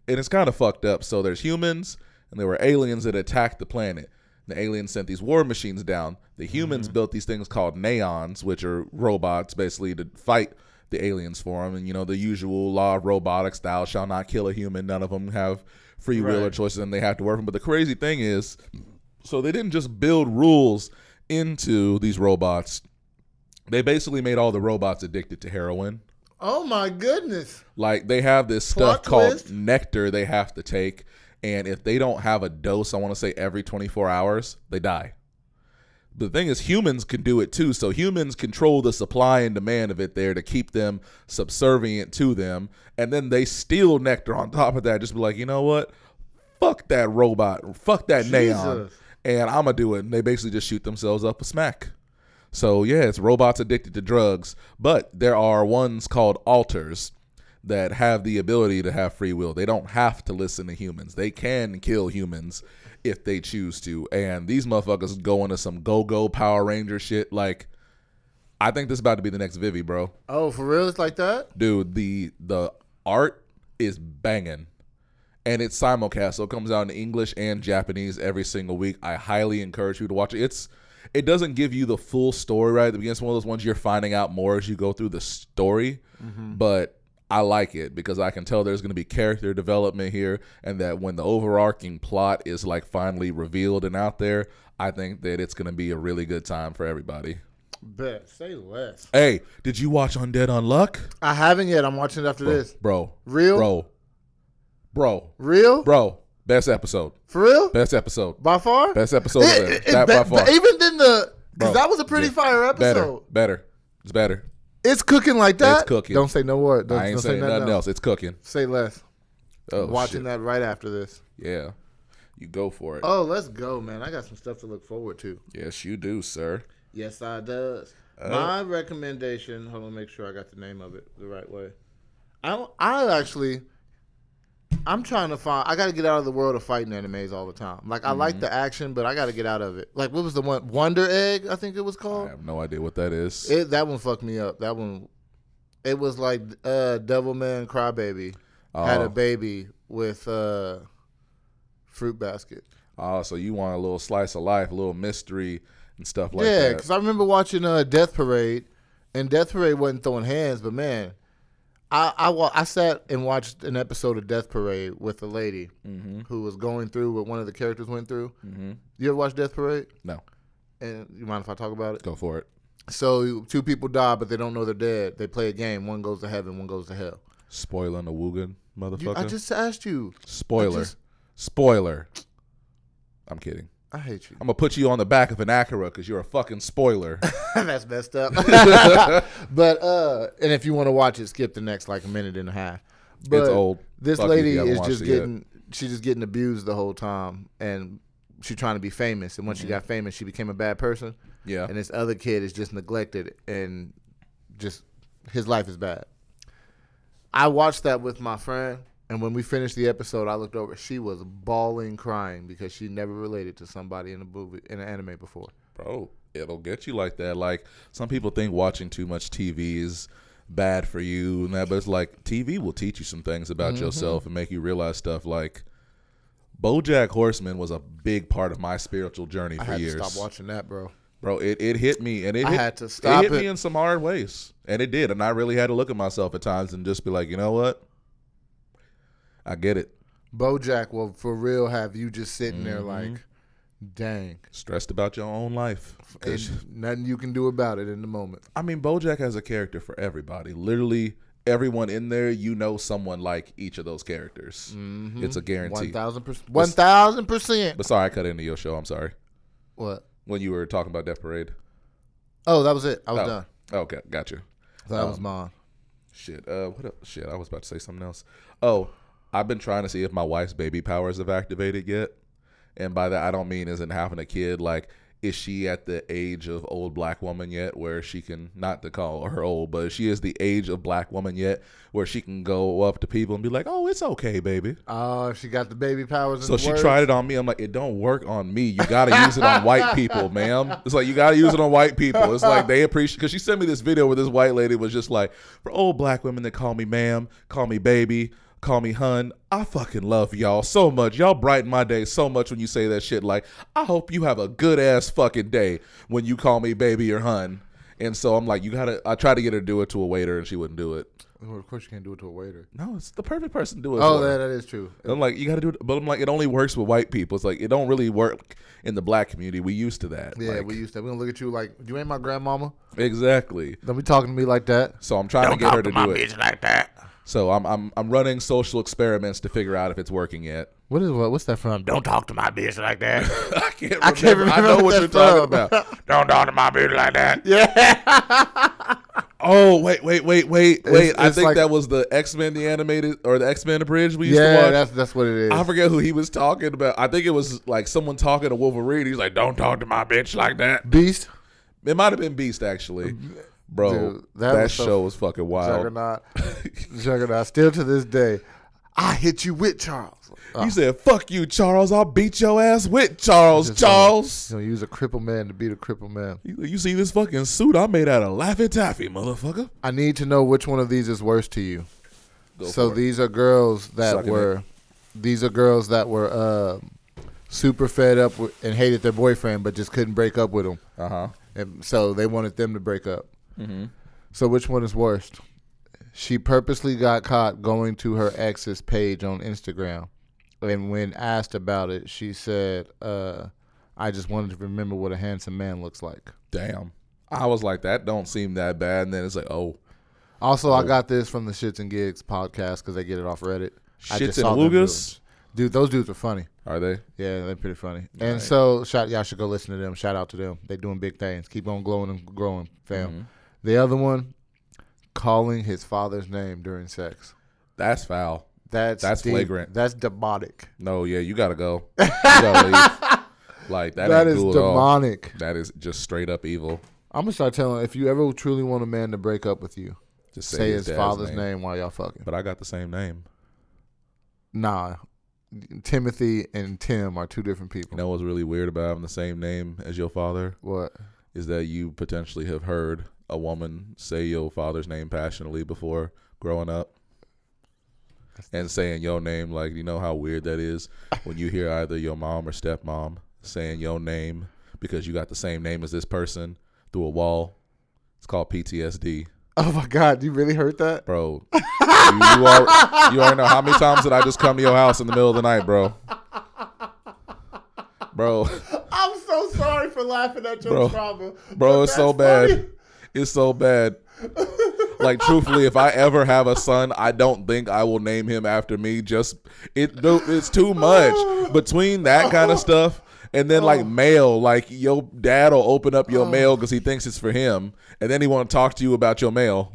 and it's kind of fucked up. So there's humans and there were aliens that attacked the planet. The aliens sent these war machines down. The humans built these things called neons, which are robots basically to fight the aliens for them. And you know the usual law of robotics: thou shall not kill a human. None of them have free will or
Right.
choices, and they have to work them. But the crazy thing is, so they didn't just build rules into these robots. They basically made all the robots addicted to heroin.
Oh my goodness.
Like they have this stuff
Plot
called
twist.
nectar they have to take, and if they don't have a dose, I want to say every 24 hours, they die. the thing is humans can do it too so humans control the supply and demand of it there to keep them subservient to them and then they steal nectar on top of that just be like you know what fuck that robot fuck that neon
Jesus.
and i'm gonna do it and they basically just shoot themselves up a smack so yeah it's robots addicted to drugs but there are ones called alters that have the ability to have free will. They don't have to listen to humans. They can kill humans if they choose to. And these motherfuckers go into some go go Power Ranger shit. Like, I think this is about to be the next Vivi, bro.
Oh, for real? It's like that?
Dude, the the art is banging. And it's simulcast, so it comes out in English and Japanese every single week. I highly encourage you to watch it. It's it doesn't give you the full story right at the beginning. It's one of those ones you're finding out more as you go through the story. But I like it because I can tell there's going to be character development here, and that when the overarching plot is like finally revealed and out there, I think that it's going to be a really good time for everybody.
Bet. Say less.
Hey, did you watch Undead Unluck?
I haven't yet. I'm watching it after this.
Bro.
Real?
Bro. Bro.
Real?
Bro. Best episode.
For real?
Best episode.
By far?
Best episode of
It-
that.
it-
That by
but- but
far.
Even then the
Bro,
because that was a pretty
yeah.
fire
Better.
episode.
Better. It's better.
It's cooking like that.
cooking.
Don't say no word. Don't,
I ain't
don't
saying
say
nothing else. It's cooking.
Say less.
Oh,
watching
shit.
that right after this.
Yeah. You go for it.
Oh, let's go, man. I got some stuff to look forward to.
Yes, you do, sir.
Yes, I does.
Oh.
My recommendation. Hold on, make sure I got the name of it the right way. I I actually, I'm trying to find. I got to get out of the world of fighting animes all the time. Like
Mm-hmm.
I like the action, but I got to get out of it. Like what was the one Wonder Egg? I think it was
I
called.
have no idea what that is.
uh, It, that one fucked me up. That one, it was like uh, Devilman Crybaby had
Oh.
a baby with uh, fruit basket.
Oh, so you want a little slice of life, a little mystery and stuff like
yeah,
that.
because I remember watching uh, Death Parade, and Death Parade wasn't throwing hands, but man, I I, wa- I sat and watched an episode of Death Parade with a lady who was going through what one of the characters went through. Mm-hmm. You ever watch Death Parade?
No,
And you mind if I talk about it?
go for it.
So two people die, but they don't know they're dead. They play a game. One goes to heaven. One goes to hell.
Spoiling the Woogan,
You,
motherfucker.
I just asked you.
Spoiler.
I just-
Spoiler. I'm kidding.
I hate you.
I'm gonna put you on the back of an Acura because you're a fucking spoiler.
[laughs] That's messed up. [laughs] but uh, and if you want to watch it, skip the next like a minute and a half. But
It's old.
This
Fuck you if
lady
you haven't
is
watched
just
it yet.
getting she's just getting abused the whole time, and she's trying to be famous. And once she got famous, she became a bad person.
Mm-hmm. Yeah.
And this other kid is just neglected, and just his life is bad. I watched that with my friend, and when we finished the episode, I looked over. She was bawling, crying because she never related to somebody in a movie in an anime before.
Bro, it'll get you like that. Like some people think watching too much TV is bad for you and that, but it's like TV will teach you some things about
Mm-hmm.
yourself and make you realize stuff like BoJack Horseman was a big part of my spiritual journey for
I had
years.
to stop watching that, bro.
Bro, it, it hit me and it
I
hit,
had to stop
it hit
it.
me in some hard ways. And it did. And I really had to look at myself at times and just be like, you know what? I get it.
BoJack will for real have you just sitting there
Mm-hmm.
like, dang,
Stressed about your own life. 'Cause-
and nothing you can do about it in the moment.
I mean, Bojack has a character for everybody. Literally, everyone in there, you know someone like each of those characters. It's a
One
guarantee.
thousand percent. One thousand percent.
But sorry, I cut into your show. I'm sorry.
What?
When you were talking about Death Parade.
Oh, that was it. I was
Oh,
done.
okay, gotcha.
That was mine.
Shit. Uh, what? Else? Shit. I was about to say something else. Oh, I've been trying to see if my wife's baby powers have activated yet, and by that I don't mean isn't having a kid. Like, is she at the age of old black woman yet, where she can not to call her old, but she is the age of black woman yet, where she can go up to people and be like, "Oh, it's okay, baby."
Oh, she got the baby powers.
So she tried it on me. I'm like, it don't work on me. You gotta use it on white people, ma'am. It's like you gotta use it on white people. It's like they appreciate because she sent me this video where this white lady was just like, for old black women that call me ma'am, call me baby, call me hun. I fucking love y'all so much. Y'all brighten my day so much when you say that shit. Like, I hope you have a good ass fucking day when you call me baby or hun. And so I'm like, you gotta. I tried to get her to do it to a waiter, and she wouldn't do it.
Well, of course, you can't do it to a waiter.
No, it's the perfect person to do it.
Oh,
for.
that, that is true.
And I'm like, you gotta do it, but I'm like, it only works with white people. It's like it don't really work in the black community. We used to that.
Yeah,
Like,
we used to. We gonna look at you like you ain't my grandmama.
exactly.
Don't be talking to me like that.
So I'm trying to get her to, do it.
like that.
So I'm I'm I'm running social experiments to figure out if it's working yet. [laughs]
What is what? What's that from? Don't talk to my bitch like that. [laughs]
I can't remember.
I
I,
can't remember
know
what
what,
that's
you're talking
from.
about. Don't talk to my bitch like that.
yeah.
Oh wait, wait, wait, wait,
It's-
wait! I
it's
think
like-
that was the X Men the animated or the X Men abridged we used
Yeah,
to watch.
that's that's what it is.
I forget who he was talking about. I think it was like someone talking to Wolverine. He's like, "Don't talk to my bitch like that."
Beast,
It might have been Beast actually, bro.
Uh, Dude, that
that
was so-
show was fucking wild. [laughs]
Juggernaut, Juggernaut. Still to this day, I hit you with Charles. Oh,
He said, "Fuck you, Charles! I'll beat your ass with Charles,
just
Charles."
Gonna, gonna use a crippled man to beat a crippled man.
You, you see this fucking suit I made out of Laffy Taffy, motherfucker.
I need to know which one of these is worse to you.
Go
so
for it.
these are girls that
Sucking
were, these are girls that were uh, super fed up with, and hated their boyfriend, but just couldn't break up with him,
Uh huh.
and so they wanted them to break up.
Mm-hmm.
So which one is worst? She purposely got caught going to her ex's page on Instagram, and when asked about it, she said, uh, "I just wanted to remember what a handsome man looks like."
Damn. I was like, that don't seem that bad. And then it's like, oh,
Also, I got this from the Shits and Gigs podcast because they get it off Reddit. I
shits
just
and
saw them do it.
lugas.
Dude, those dudes are funny.
Are they?
Yeah, they're pretty funny. And so, shout y'all should go listen to them. Shout out to them. They doing big things. Keep on glowing and growing, fam.
Mm-hmm.
The other one, calling his father's name during sex.
That's foul.
That's
That's
de-
flagrant.
That's demonic.
No, yeah, you
[laughs]
gotta go. You gotta leave. Like that,
that
ain't
is
cool at all.
demonic.
That is just straight up evil.
I'm gonna start telling. If you ever truly want a man to break up with you,
Just
say,
say,
his,
dad's
father's name. while y'all fucking.
But I got the same name.
Nah, Timothy and Tim are two different people.
You know what's really weird about having the same name as your father
What?
is that you potentially have heard a woman say your father's name passionately before growing up. And saying your name, like you know how weird that is when you hear either your mom or stepmom saying your name because you got the same name as this person through a wall. It's called PTSD.
Oh my God! You really heard that?
bro. you, you, are, you already know how many times did I just come to your house in the middle of the night, bro? Bro,
I'm so sorry for laughing at your
Bro.
trauma.
bro, it's so bad. It's so bad. Like truthfully, if I ever have a son, I don't think I will name him after me. Just it, dude, it's
[sighs]
too much between that kind of stuff. And then
Oh.
like mail, like your dad will open up your mail because he thinks it's for him, and then he want to talk to you about your mail.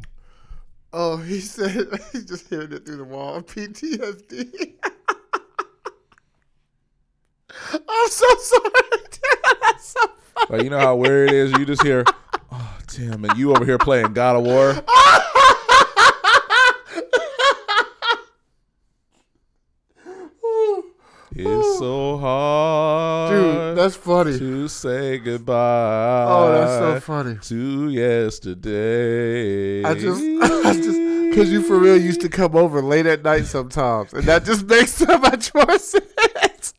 Oh, he said [laughs] he's just hearing it through the wall. [laughs] PTSD. [laughs] I'm so sorry. dude. [laughs] That's so funny.
Like you know how weird it is. You just hear, "Oh, Tim," and you over here playing God of War. It's so hard
Dude, that's funny.
to say goodbye.
Oh, that's so funny.
To yesterday.
I just, [laughs] I just, cause you for real used to come over late at night sometimes, and that just [laughs] makes so much more sense.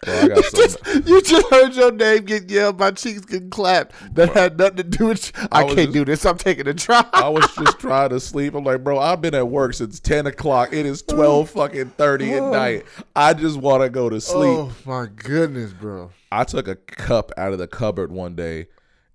Well, I
[laughs]
got
you,
some-
just, you just heard your name get yelled, my cheeks getting clapped. That had nothing to do with. You. I,
I was
can't
just-
do this. I'm taking a try.
I was just trying to sleep. I'm like, bro, I've been at work since ten o'clock. It is twelve fucking thirty at night. I just want to go to sleep.
Oh my goodness, bro!
I took a cup out of the cupboard one day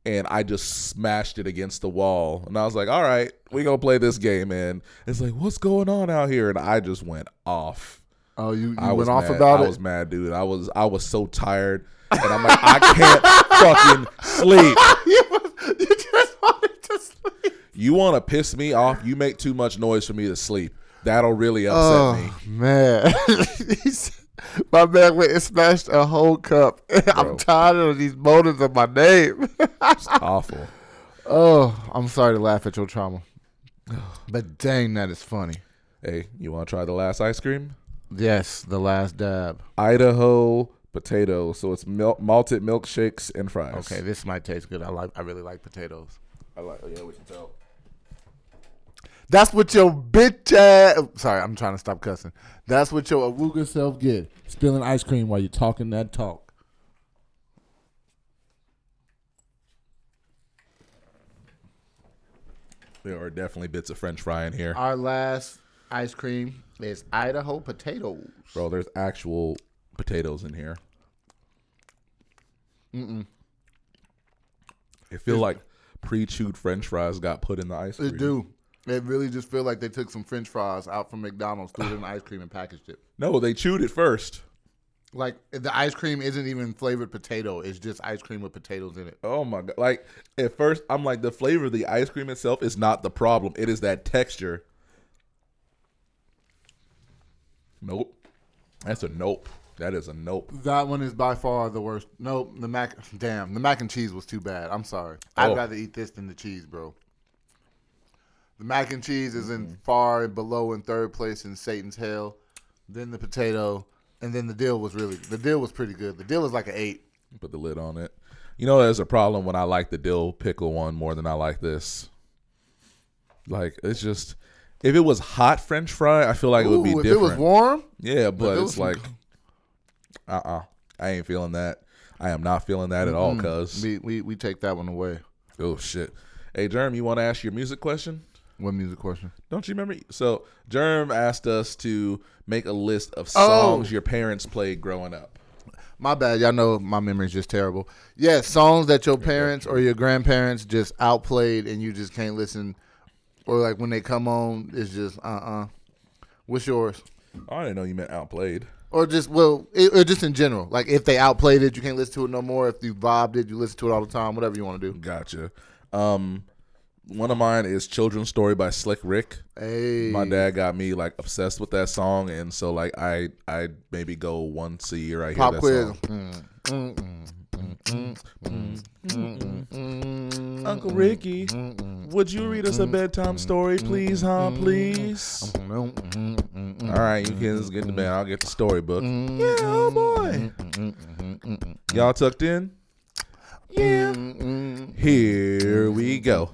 and I just smashed it against the wall. And I was like, all right, we going to play this game. And it's like, what's going on out here? And I just went off.
Oh, you, you
I was
went off
mad.
about
I
it.
was mad, dude. I was I was so tired. And I'm like, I can't fucking sleep.
[laughs] you, was- you just wanted to sleep.
You want to piss me off? You make too much noise for me to sleep. That'll really upset me.
Oh man, [laughs] He said- my man went and smashed a whole cup. [laughs] I'm
Bro.
tired of these motives of my name. [laughs]
It's awful.
Oh, I'm sorry to laugh at your trauma. But dang, that is funny.
Hey, you want to try the last ice cream?
Yes, the last dab.
Idaho potato. So it's mil- malted milkshakes and fries.
Okay, this might taste good. I like. I really like potatoes.
I like, yeah, we can tell.
That's what your bitch ass. Sorry, I'm trying to stop cussing. That's what your awooga self get. Spilling ice cream while you're talking that talk.
There are definitely bits of French fry in here,
Our last ice cream is Idaho potatoes.
bro. There's actual potatoes in here. Mm-mm. It feel like pre-chewed French fries got put in the ice cream.
It do. It really just feel like they took some French fries out from McDonald's, threw it in ice cream, and packaged it.
No, they chewed it first.
Like the ice cream isn't even flavored potato; it's just ice cream with potatoes in it.
Oh my god! Like at first, I'm like the flavor of the ice cream itself is not the problem. It is that texture. Nope. That's a nope. That is a nope.
That one is by far the worst. Nope, the mac. Damn, the mac and cheese was too bad. I'm sorry.
Oh.
I'd rather eat this than the cheese, bro. The mac and cheese is in far below in third place in Satan's hell. Then the potato, and then the deal was really the deal was pretty good. The deal was like an eight.
Put the lid on it. You know, there's a problem when I like the dill pickle one more than I like this. Like it's just, if it was hot French fry, I feel like it would be
Ooh, if
different.
it was warm,
Yeah, but
it
it's
was- [laughs]
like, uh, uh I ain't feeling that. I am not feeling that at all, cuz.
we, we we take that one away.
Oh shit. Hey, Germ, you want to ask your music question?
What music question?
Don't you remember? So Germ asked us to make a list of
Oh.
songs your parents played growing up.
My bad. Y'all know my memory's just terrible. Yeah, songs that your parents or your grandparents just outplayed and you just can't listen, or like when they come on, it's just uh uh What's yours?
Oh, I didn't know you meant outplayed.
Or just well, it, or just in general. Like if they outplayed it, you can't listen to it no more. If you vibed it, you listen to it all the time. Whatever you want to do.
Gotcha. Um, one of mine is "Children's Story" by Slick Rick.
Hey,
My dad got me like obsessed with that song, and so like I I maybe go once a year. I
pop
hear that
quiz.
song.
Mm, mm, mm, mm, mm, mm, mm, mm,
Uncle Ricky,
mm, mm,
would you read us a bedtime story, please, huh? Please.
mm, mm, mm, mm.
Mm-hmm. All right, you kids get to bed. I'll get the storybook. Yeah, oh boy. Y'all tucked in? Yeah. Here we go.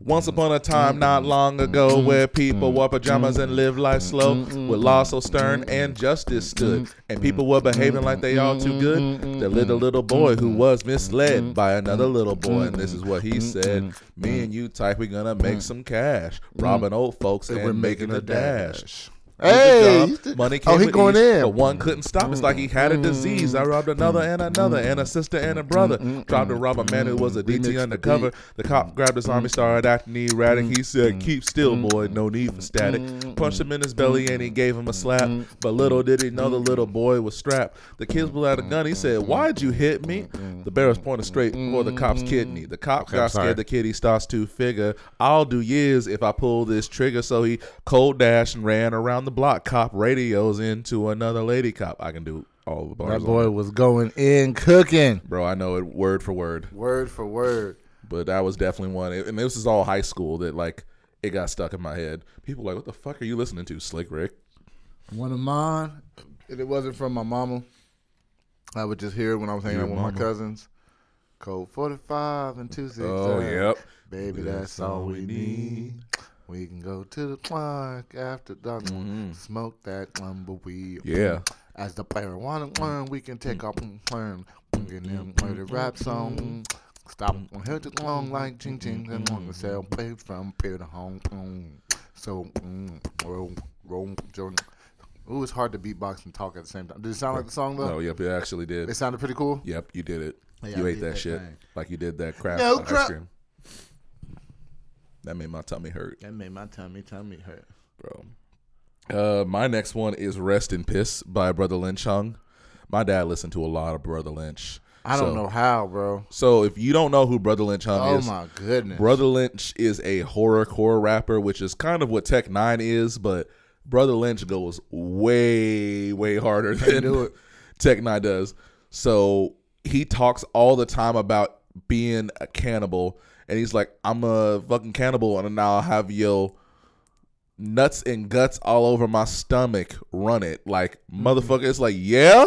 Once upon a time, not long ago, where people wore pajamas and lived life slow, with law so stern and justice stood, and people were behaving like they all too good. There lived a little boy who was misled by another little boy, and this is what he said: "Me and you type, we gonna make some cash, robbing old folks, Mm-hmm. and we're making a dash."
Hey,
Did the
you
job.
did-
money came
oh, he
with
going
ease,
in.
But one couldn't stop. It's like he had a disease. I robbed another and another and a sister and a brother.
Mm,
Tried to rob a man who was a DT undercover. The cop grabbed his
Mm.
arm, he started acting erratic. He said, "Keep still, boy. No need for static."
Mm.
Punched him in his belly and he gave him a slap. But little did he know the little boy was strapped. The kids pulled out a gun. He
Mm-hmm.
said, "Why'd you hit me?" The barrel's pointed straight for the cop's kidney. The cop got scared. The kid he starts to figure, "I'll do years if I pull this trigger." So he cold dashed and ran around the block. Cop radios into another lady cop. I can do all the bars.
That
on
boy was going in cooking.
Bro, I know it word for word,
Word for word.
but that was definitely one. And this is all high school that like it got stuck in my head. People like, what the fuck are you listening to, Slick Rick?
One of mine, if it wasn't from my mama, I would just hear it when I was hanging
Your
out with
mama.
my cousins. Code 45 and 267.
Oh, yep.
Baby, that's, all we need. We can go to the park after dark. Smoke that weed.
Mm-hmm. Yeah.
As the player want to learn, we can take our mm, plan. We can then play the rap song. Stop on head to long like ching ching and on the cell play from here to home. Mm. So mm, roll roll Jordan. Ooh, it's hard to beatbox and talk at the same time. Did it sound like the song though?
No, Oh, yep, it actually did.
It sounded pretty cool.
Yep, you did it.
Yeah,
you
I
ate
did
that,
that
shit
thing.
like you did that crap
No
ice
crap.
cream. That made my tummy hurt,
That made my tummy tummy hurt.
bro. Uh, my next one is "Rest in Piss" by Brother Lynch Hung. My dad listened to a lot of Brother Lynch.
I
So-
don't know how, bro.
So if you don't know who Brother Lynch Hung
Oh
is,
my goodness.
Brother Lynch is a horrorcore rapper, which is kind of what Tech Nine is, but Brother Lynch goes way, way harder than
do it.
Tech Nine does. So he talks all the time about being a cannibal, and he's like, "I'm a fucking cannibal, and now I'll have yo." Nuts and guts all over my stomach. Run it like motherfucker. It's like yeah,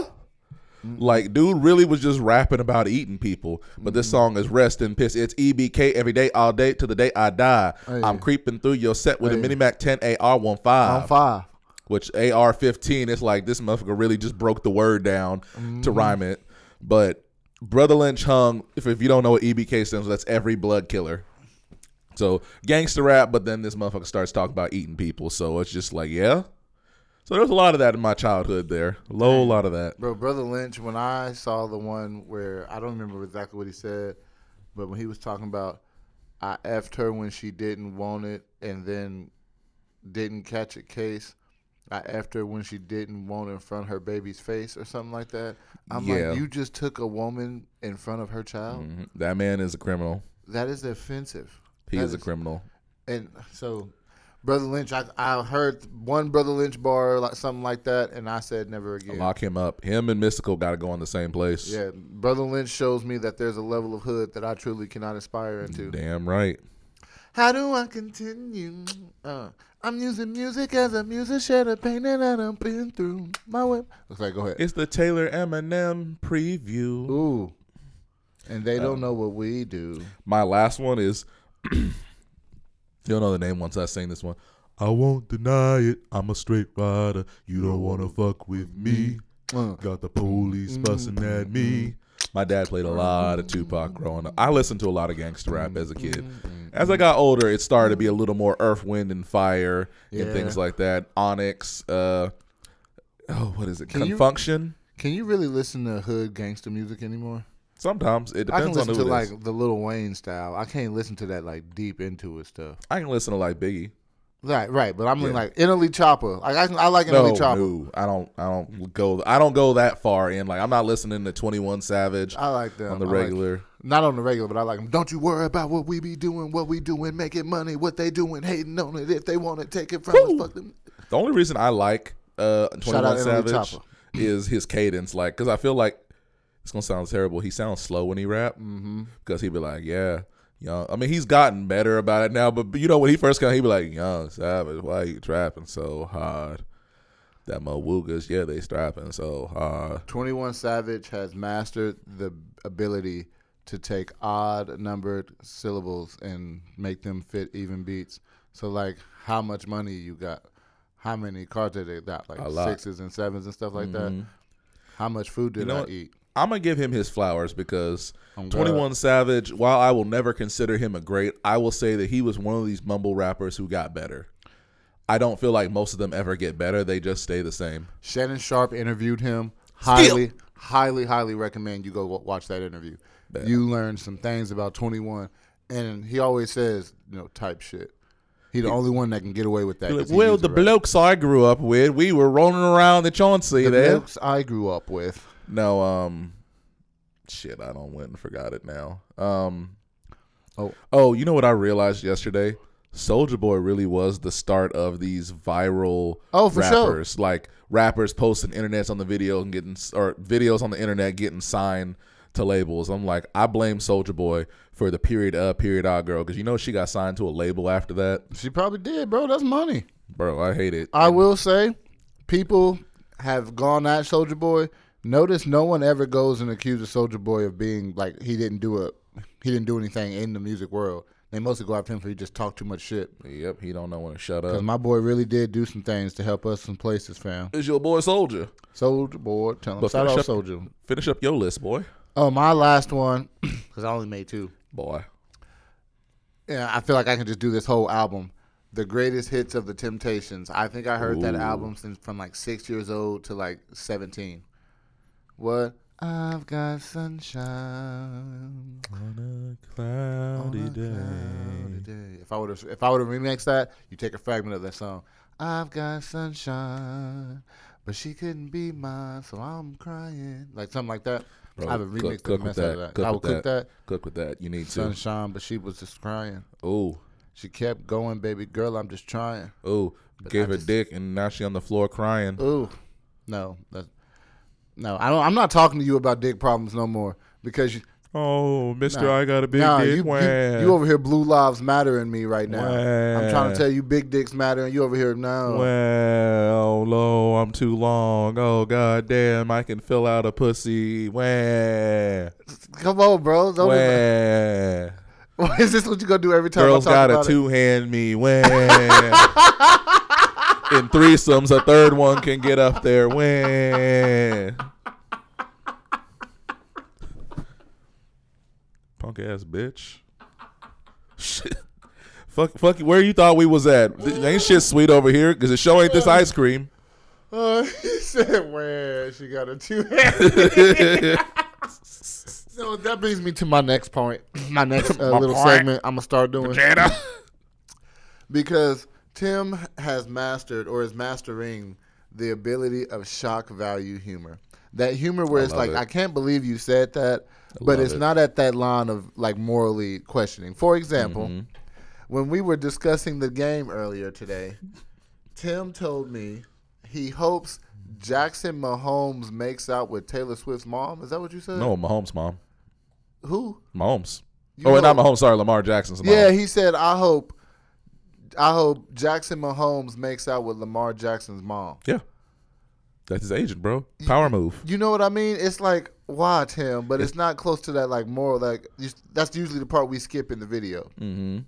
like, dude really was just rapping about eating people. But this song is rest in piss. It's EBK every day, all day, to the day I die.
Hey.
I'm creeping through your set with a
Hey.
Mini Mac 10 AR15,
I'm five.
which AR15 is like this motherfucker really just broke the word down
Mm-hmm.
to rhyme it. But Brother Lynch Hung, if, if you don't know what EBK stands for, that's every blood killer. So gangster rap, but then this motherfucker starts talking about eating people. So it's just like, yeah. So there's a lot of that in my childhood there. A low lot of that.
Bro, Brother Lynch, when I saw the one where I don't remember exactly what he said, but when he was talking about I effed her when she didn't want it and then didn't catch a case. I effed her when she didn't want it in front of her baby's face or something like that. I'm
Yeah.
like, you just took a woman in front of her child.
Mhm. That man is a criminal.
That is offensive.
Mm-hmm. He
That
is a criminal.
And so, Brother Lynch, I, I heard one Brother Lynch bar like something like that, and I said never again.
Lock him up. Him and Mystical got to go in the same place.
Yeah, Brother Lynch shows me that there's a level of hood that I truly cannot aspire into.
Damn right.
How do I continue? Uh, I'm using music as a music shed of pain that I've been through. My way. Looks like go ahead.
It's the Taylor Eminem preview.
Ooh, and they don't
Uh,
know what we do.
My last one is [clears throat] you'll know the name once I sing this one. I won't deny it. I'm a straight rider. You don't wanna fuck with me.
Uh. Mm.
Got the police busting at me. My dad played a lot of Tupac growing up. I listened to a lot of gangster rap as a kid.
Mm-hmm.
As I got older, it started to be a little more Earth, Wind, and Fire and
Yeah.
things like that. Onyx. Uh, oh, what is it?
Can you-
Confunction.
Can you really listen to hood gangster music anymore?
Sometimes it
I can
depends on
listen
who
to
it
like
is.
the Little Wayne style. I can't listen to that like deep into it stuff.
I can listen to like Biggie.
Right, right. But I'm
Yeah.
like Italy Chopper. Like I, I like
No,
Italy Chopper.
no, I don't. I don't go. I don't go that far in. Like I'm not listening to Twenty One Savage
I like them
on the
I like-
regular.
not on the regular, but I like them. Don't you worry about what we be doing, what we doing, making money, what they doing, hating on it. If they want to take it from us, fuck them.
the only reason I like uh, Twenty
Shout
One
out Emily
Savage
Chopper.
is his cadence. Like, because I feel like it's gonna sound terrible. He sounds slow when he rap
Mm-hmm.
because he'd be like, "Yeah, young." I mean, he's gotten better about it now. But you know, when he first came, he'd be like, "Young Savage, why you trapping so hard?" That my woogas, yeah, they strapping so hard.
21 Savage has mastered the ability to take odd numbered syllables and make them fit even beats. So, like, how much money you got? How many cars did they got? Like
A lot. Mm-hmm.
sixes and sevens and stuff like that. How much food did
know
I
what?
eat?
I'm gonna give him his flowers because
I'm
Twenty One Savage. While I will never consider him a great, I will say that he was one of these mumble rappers who got better. I don't feel like most of them ever get better; they just stay the same.
Shannon Sharp interviewed him. Highly, highly, highly recommend you go wa- watch that interview. You learn some things about 21, and he always says, you know, type shit. He the only one that can get away with that. 'cause he
well,
used
the
to rap.
blokes I grew up with, we were rolling around the Chauncey
the
there.
blokes I grew up with.
No, um, shit, I don't went and forgot it now. Um,
Oh.
oh, you know what I realized yesterday? Soldier Boy really was the start of these viral
Oh, for sure.
rappers, like rappers posting internets on the video and getting or videos on the internet getting signed to labels. I'm like, I blame Soldier Boy for the period up, period out girl because you know she got signed to a label after that,
She probably did, bro. That's money.
bro. I hate it.
I will say, people have gone at Soldier Boy. Notice no one ever goes and accuses Soldier Boy of being like he didn't do a he didn't do anything in the music world. They mostly go after him for he just talked too much shit.
yep, he don't know when to shut up.
Because my boy really did do some things to help us some places, fam.
It's your boy Soldier.
Soldier boy, tell him.
But
Shout
finish
out
up-
Soldier.
Finish up your list, boy.
Oh, my last one, [clears throat] because I only made two.
Boy.
Yeah, I feel like I can just do this whole album. The greatest hits of the Temptations. I think I heard that
Ooh.
album since from like six years old to like seventeen. What? I've got sunshine
On a
on
cloudy
a cloudy day. If I would have, if I would have remixed that, you take a fragment of that song. I've got sunshine, but she couldn't be mine, so I'm crying. Like something like that.
Bro,
I would
cook-
remix
cook
the
with
mess out of
that,
that.
cook
I would
with
cook that.
Cook with that. You need to.
Sunshine, but she was just crying.
Oh,
She kept going, baby girl. I'm just trying.
oh. Gave
I
her
just-
dick and now she on the floor crying.
Ooh, no, that's, no. I don't. I'm not talking to you about dick problems no more because you,
Oh, mister,
Nah.
I got a big
nah,
dick.
you, you,
Wah.
you over here blue lives mattering me right now. I'm trying
Wah.
to tell you big dicks matter, and you over here no.
Well, low, I'm too long. Oh, god damn, I can fill out a pussy. Wah.
Come on, bro. Don't [laughs] be-
Wah.
Is this what you gonna do every time?
Girls
I talk
got a
about [laughs] It?
two hand me. When in threesomes, a third one can get up there. When punk ass bitch. Shit. Fuck, fuck. Where you thought we was at? Th- Ain't shit sweet over here because it sure ain't this ice cream. [laughs]
Uh, he said, "Where she got a two [laughs] So that brings me to my next point. My next uh,
[laughs] My
little
point.
segment I'm going to start doing.
Jada.
Because Tim has mastered or is mastering the ability of shock value humor. That humor where
I
it's
love
like,
it.
I can't believe you said that, but
love
it's
it.
not at that line of like morally questioning. For example,
Mm-hmm.
when we were discussing the game earlier today, Tim told me he hopes Jackson Mahomes makes out with Taylor Swift's mom. Is that what you said?
No, Mahomes' mom.
Who?
Mahomes.
You
Oh, wait, not
hope-
Mahomes. Sorry, Lamar Jackson's mom.
Yeah, he said, "I hope, I hope Jackson Mahomes makes out with Lamar Jackson's mom."
yeah. That's his agent, bro. Power move.
You know what I mean? It's like why Tim, but it's not close to that like moral. Like you- that's usually the part we skip in the video.
Mm-hmm.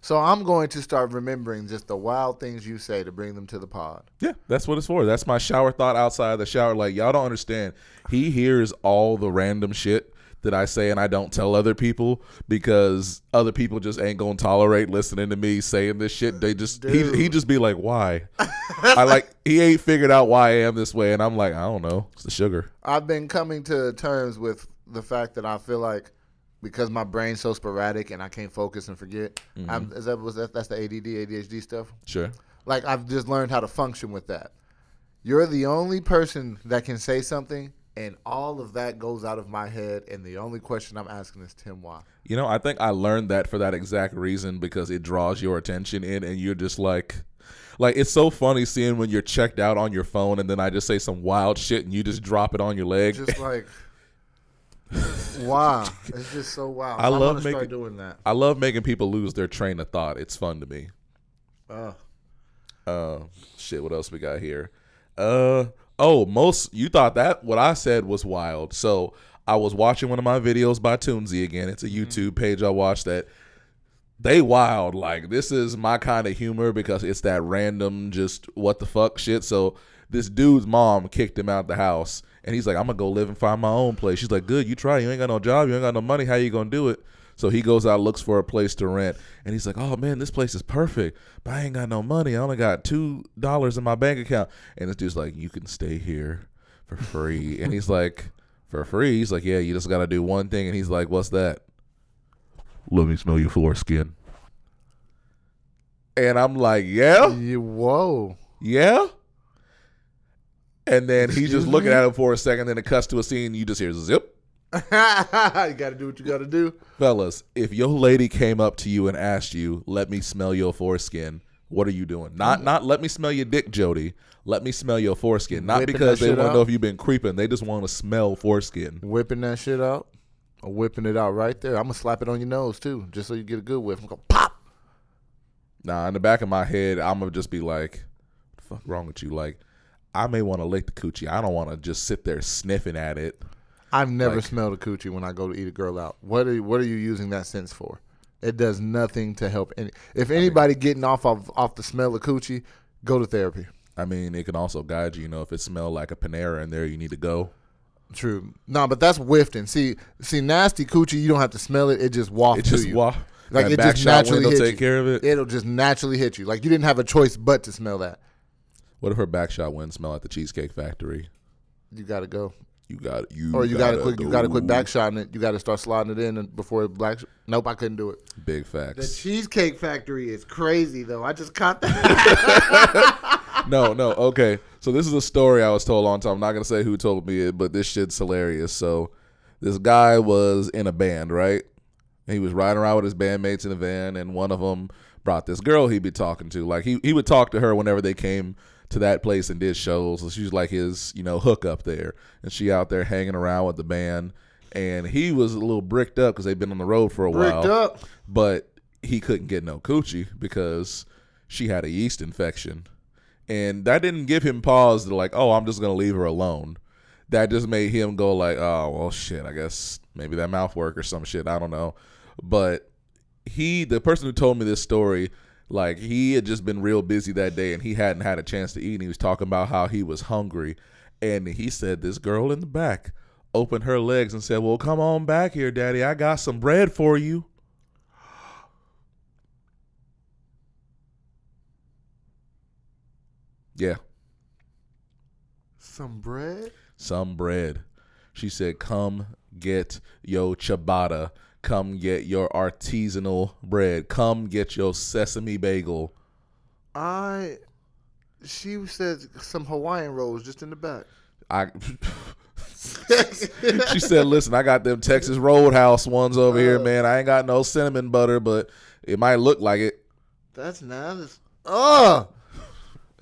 So I'm going to start remembering just the wild things you say to bring them to the pod.
Yeah, that's what it's for. That's my shower thought outside the shower. Like y'all don't understand. He hears all the random shit that I say and I don't tell other people because other people just ain't gonna tolerate listening to me saying this shit. They just
Dude.
he he just be like, why? I like he ain't figured out why I am this way, and I'm like, I don't know. It's the sugar.
I've been coming to terms with the fact that I feel like because my brain's so sporadic and I can't focus and forget. I'm, is that was that that's the ADD ADHD stuff?
Sure.
Like I've just learned how to function with that. You're the only person that can say something, and all of that goes out of my head. And the only question I'm asking is Tim why.
You know, I think I learned that for that exact reason because it draws your attention in and you're just like like it's so funny seeing when you're checked out on your phone and then I just say some wild shit and you just drop it on your
[laughs]
leg.
Just like why? It's just so wild.
I
I
love
love to start
making-
doing that.
[laughs] I love making people lose their train of thought. It's fun to me.
Uh,
Uh, shit, what else we got here? Uh, oh, most you thought that what I said was wild. So I was watching one of my videos by Toonsy again. It's a YouTube page I watched that they wild. Like this is my kind of humor because it's that random, just what the fuck shit. So this dude's mom kicked him out the house, and he's like, "I'm gonna go live and find my own place." She's like, "Good, you try. You ain't got no job. You ain't got no money. How you gonna do it?" So he goes out, looks for a place to rent, and he's like, "Oh man, this place is perfect, but I ain't got no money. I only got two dollars in my bank account." And this dude's like, "You can stay here for free," and he's like, "For free?" He's like, "Yeah, you just gotta do one thing," and he's like, "What's that?" Let me smell your foreskin. And I'm like, yeah,
you, whoa.
yeah. And then he's
Excuse
just looking
me?
at him for a second. Then it cuts to a scene. You just hear zip.
[laughs] you gotta do what you gotta do.
Fellas, if your lady came up to you and asked you, "Let me smell your foreskin," what are you doing? Not, not let me smell your dick, Jody. Let me smell your foreskin. Not
Whipping
because
that
they
shit
want to
out?
know if you've been creeping. They just want to smell foreskin.
Whipping that shit out, or whipping it out right there. I'm gonna slap it on your nose too, just so you get a good whiff. I'm gonna pop.
Nah, in the back of my head, I'm gonna just be like, "What the fuck wrong with you?" Like, I may want to lick the coochie. I don't want to just sit there sniffing at it.
I've never
Like-
smelled a coochie when I go to eat a girl out. What are what are you using that sense for? It does nothing to help any. If anybody getting off of off the smell of coochie, go to therapy.
I mean, it can also guide you. You know, if it smelled like a Panera in there, you need to go.
True. No, but that's whiffing. See, see, nasty coochie. You don't have to smell it. It just wafts
It just
to you.
wa-
Like,
that
it
back
just
shot
naturally
window
hits
take
you.
care of it.
It'll just naturally hit you. Like you didn't have a choice but to smell that.
What if her back shot wind smell at the Cheesecake Factory?
You gotta go,
You got it. You
or you gotta, quick. You gotta
go.
quick back shotting it. You gotta start sliding it in and before it black. Nope, I couldn't do it.
Big facts.
Cheesecake Factory is crazy though. I just caught that.
no, no. Okay, so this is a story I was told on time. I'm not gonna say who told me it, but this shit's hilarious. So, this guy was in a band, right? And he was riding around with his bandmates in a van, and one of them brought this girl he'd be talking to. Like he he would talk to her whenever they came to that place and did shows. So she was like his you know hook up there, and she out there hanging around with the band. And he was a little bricked up because they'd been on the road for a
[laughs]
while
Bricked up.
but he couldn't get no coochie because she had a yeast infection. And that didn't give him pause to like, oh, I'm just gonna leave her alone. That just made him go like, oh well shit, I guess maybe that mouth work or some shit. I don't know. But he the person who told me this story, like he had just been real busy that day and he hadn't had a chance to eat and he was talking about how he was hungry. And he said this girl in the back opened her legs and said, Well, come on back here, Daddy. I got some bread for you. Yeah.
Some bread.
some bread. She said, "Come get your ciabatta. Come get your artisanal bread. Come get your sesame bagel."
I. She said some Hawaiian rolls just in the back.
I. [laughs] she said, "Listen, I got them Texas Roadhouse ones over here, man. I ain't got no cinnamon butter, but it might look like it.
That's nice. Oh,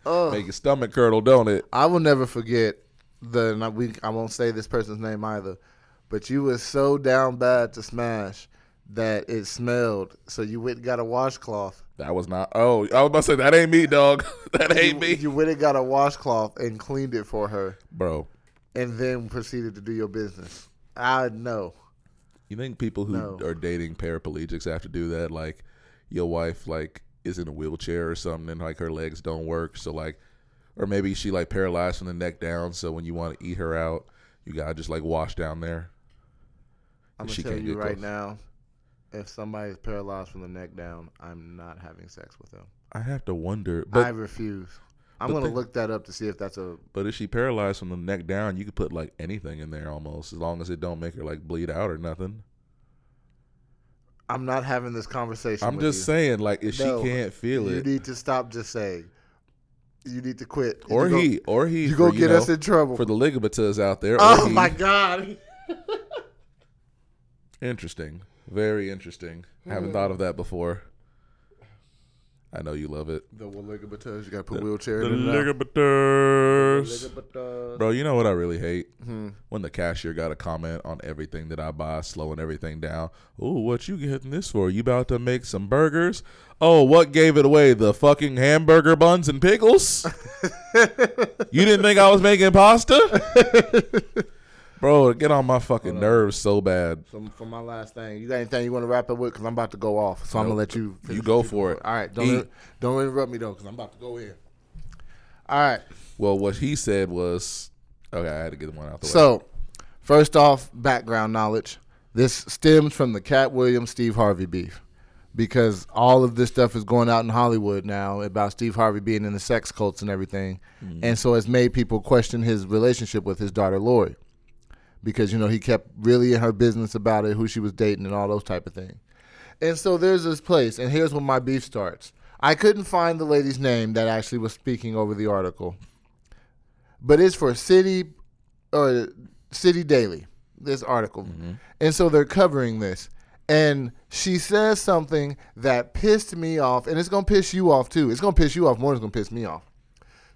oh.
Make your stomach curdle, don't it?
I will never forget the. and I- We, I won't say this person's name either, but you was so down bad to smash that it smelled. So you went and got a washcloth.
That was not. Oh, I was about to say that ain't me, dog. [laughs] that
You,
ain't me,
you went and got a washcloth and cleaned it for her,
bro.
and then proceeded to do your business. I know.
You think people who
No.
are dating paraplegics have to do that? Like, your wife like is in a wheelchair or something, and like her legs don't work, so like, or maybe she like paralyzed from the neck down. So when you want to eat her out, you gotta just like wash down there.
I'm gonna
She
tell
can't
you
get
right
close.
now. If somebody's paralyzed from the neck down, I'm not having sex with them.
I have to wonder, but
I refuse. I'm
but
gonna
the-
look that up to see if that's a
But if she paralyzed from the neck down, you could put like anything in there almost, as long as it don't make her like bleed out or nothing.
I'm not having this conversation.
I'm
with
just
you.
saying, like if
No,
she can't feel
You
it,
need to stop just saying. You need to quit. And
or
you go-
he, or he,
You go
for,
get
know,
us in trouble.
for the ligabatas out there. or
oh
he.
my god.
Interesting, very interesting. Haven't thought of that before. I know you love it.
The Waligabatas. You gotta put wheelchair in it now.
ligabatas,
Waligabatas.
bro. You know what I really hate when the cashier got a comment on everything that I buy, slowing everything down. Ooh, what you getting this for? You about to make some burgers? Oh, what gave it away? The fucking hamburger buns and pickles? you didn't think I was making pasta? Bro, it get on my fucking nerves so bad.
So for my last thing, you got anything you want to wrap it with? Because I'm about to go off, so I'm gonna let you. finish
go
what
for
you're
it.
doing. All right, don't
Eat.
inter- don't interrupt me though, because I'm about to go in. All right,
Well, what he said was, okay, I had to get one out the way.
so first off, background knowledge. This stems from the Cat Williams Steve Harvey beef, because all of this stuff is going out in Hollywood now about Steve Harvey being in the sex cults and everything, and so it's made people question his relationship with his daughter Lori, because you know he kept really in her business about it, who she was dating, and all those type of things. And so there's this place, and here's where my beef starts. I couldn't find the lady's name that actually was speaking over the article, but it's for City or City Daily. This article, and so they're covering this, and she says something that pissed me off, and it's gonna piss you off too. It's gonna piss you off more. than It's gonna piss me off.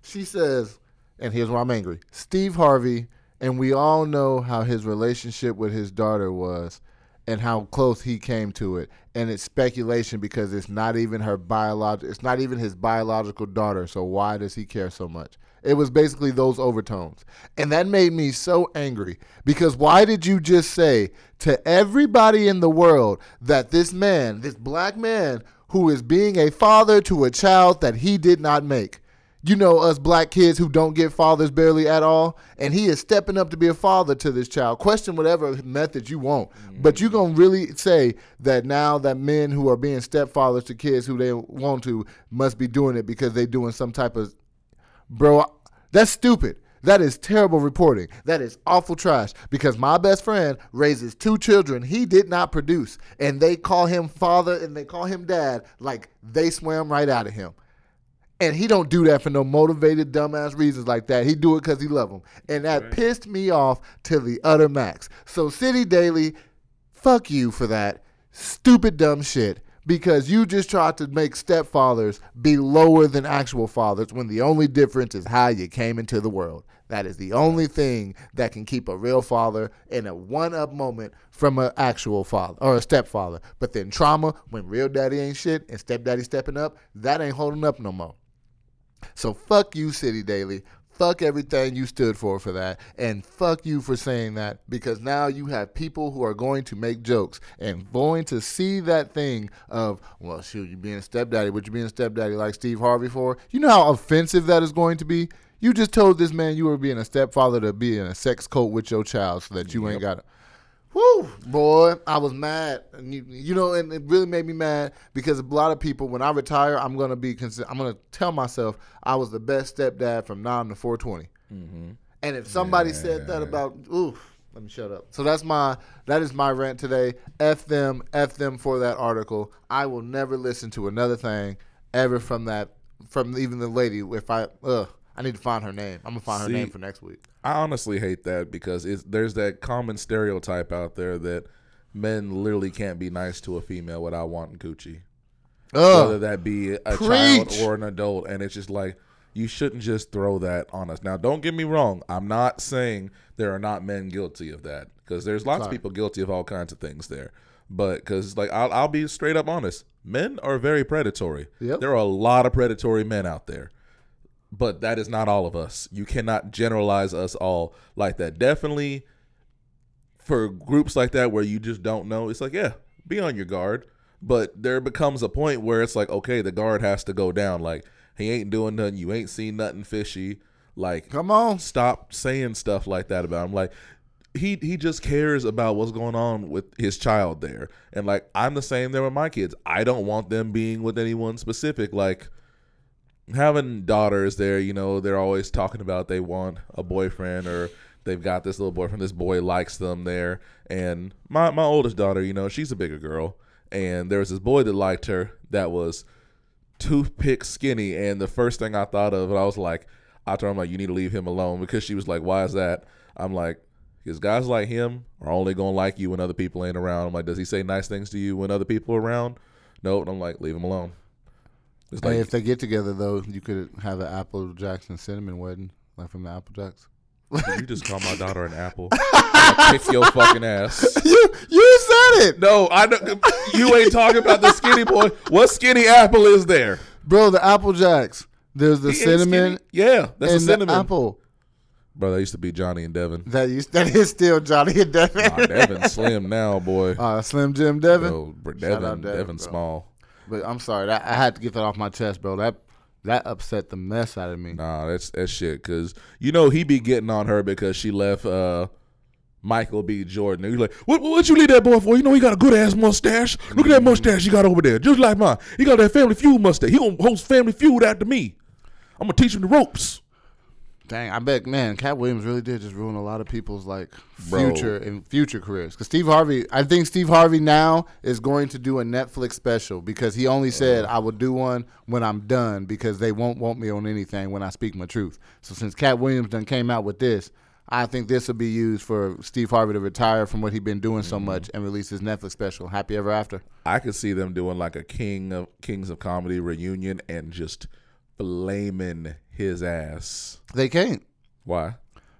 She says, and here's why I'm angry Steve Harvey, and we all know how his relationship with his daughter was and how close he came to it. And it's speculation because it's not even her biological, it's not even his biological daughter. So why does he care so much? It was basically those overtones. And that made me so angry because why did you just say to everybody in the world that this man, this black man who is being a father to a child that he did not make, you know us black kids who don't get fathers barely at all and he is stepping up to be a father to this child question whatever method you want but you're going to really say that now that men who are being stepfathers to kids who they want to must be doing it because they doing some type of bro I- that's stupid that is terrible reporting that is awful trash because my best friend raises two children he did not produce and they call him father and they call him dad like they swam right out of him and he don't do that for no motivated, dumbass reasons like that. He do it because he love him. And that pissed me off to the utter max. So City Daily, fuck you for that stupid, dumb shit. Because you just tried to make stepfathers be lower than actual fathers when the only difference is how you came into the world. That is the only thing that can keep a real father in a one up moment from an actual father or a stepfather. But then trauma, when real daddy ain't shit and stepdaddy stepping up, that ain't holding up no more. So fuck you, City Daily. Fuck everything you stood for for that. And fuck you for saying that because now you have people who are going to make jokes and going to see that thing of, well, shoot, you being a stepdaddy. What you being a stepdaddy like Steve Harvey for? You know how offensive that is going to be? You just told this man you were being a stepfather to be in a sex cult with your child so that you ain't got to. Woo, boy, I was mad. And you, you know, and it really made me mad because a lot of people, when I retire, I'm gonna be. consi- I'm gonna tell myself I was the best stepdad from nine to four twenty. And if somebody said that about, oof, Let me shut up. So that's my that is my rant today. F them, F them for that article. I will never listen to another thing ever from that from even the lady. If I ugh, I need to find her name. I'm gonna find
See-
her name for next week.
I honestly hate that because it's, there's that common stereotype out there that men literally can't be nice to a female without wanting coochie, whether
Ugh.
that be a child
Oh. Preach!
or an adult, and it's just like you shouldn't just throw that on us. Now, don't get me wrong; I'm not saying there are not men guilty of that because there's lots of
Sorry.
people guilty of all kinds of things there. But because like I'll, I'll be straight up honest, men are very predatory.
Yep.
There are a lot of predatory men out there but that is not all of us. You cannot generalize us all like that. Definitely for groups like that where you just don't know, it's like, yeah, be on your guard. But there becomes a point where it's like, okay, the guard has to go down. Like, he ain't doing nothing. You ain't seen nothing fishy. Like,
Come on.
stop saying stuff like that about him. Like he he just cares about what's going on with his child there. And like I'm the same there with my kids. I don't want them being with anyone specific. Like having daughters there, you know, they're always talking about they want a boyfriend or they've got this little boyfriend, this boy likes them there. And my my oldest daughter, you know, she's a bigger girl. And there was this boy that liked her that was toothpick skinny and the first thing I thought of and I was like I told him like you need to leave him alone because she was like why is that I'm like because guys like him are only gonna like you when other people ain't around I'm like does he say nice things to you when other people are around no and I'm like leave him alone it's
Hey,
like
if they get together though, you could have an Apple Jackson cinnamon wedding, like from the Apple Jacks.
you just call my daughter an
[laughs]
apple I'll kick your fucking ass
You you said it,
no I don't, you ain't talking about the skinny boy what skinny apple is there
bro. The Apple Jacks. There's the
He ain't
cinnamon
skinny. yeah that's a
and
cinnamon
the apple.
bro that used to be Johnny and Devin
That used that is still Johnny and Devin.
Nah, Devin's slim now boy
Uh, Slim Jim Devin.
Bro, bro,
Shout
Devin,
out
Devin,
Devin, bro.
Small.
But I'm sorry, that, I had to get that off my chest, bro. That that upset the mess out of me.
Nah, that's that's shit. Cause you know he be getting on her because she left uh, Michael B. Jordan. He's like, what, what you leave that boy for? You know he got a good ass mustache. Look at that mustache he got over there, just like mine. He got that Family Feud mustache. He gonna host Family Feud after me. I'm gonna teach him the ropes.
Dang, I bet man, Cat Williams really did just ruin a lot of people's like
Bro.
future and future careers. Because Steve Harvey, I think Steve Harvey now is going to do a Netflix special because he only said I will do one when I'm done because they won't want me on anything when I speak my truth. So since Cat Williams done came out with this, I think this will be used for Steve Harvey to retire from what he been doing so much and release his Netflix special, Happy Ever After.
I could see them doing like a King of Kings of Comedy reunion and just blaming his ass.
They can't.
Why?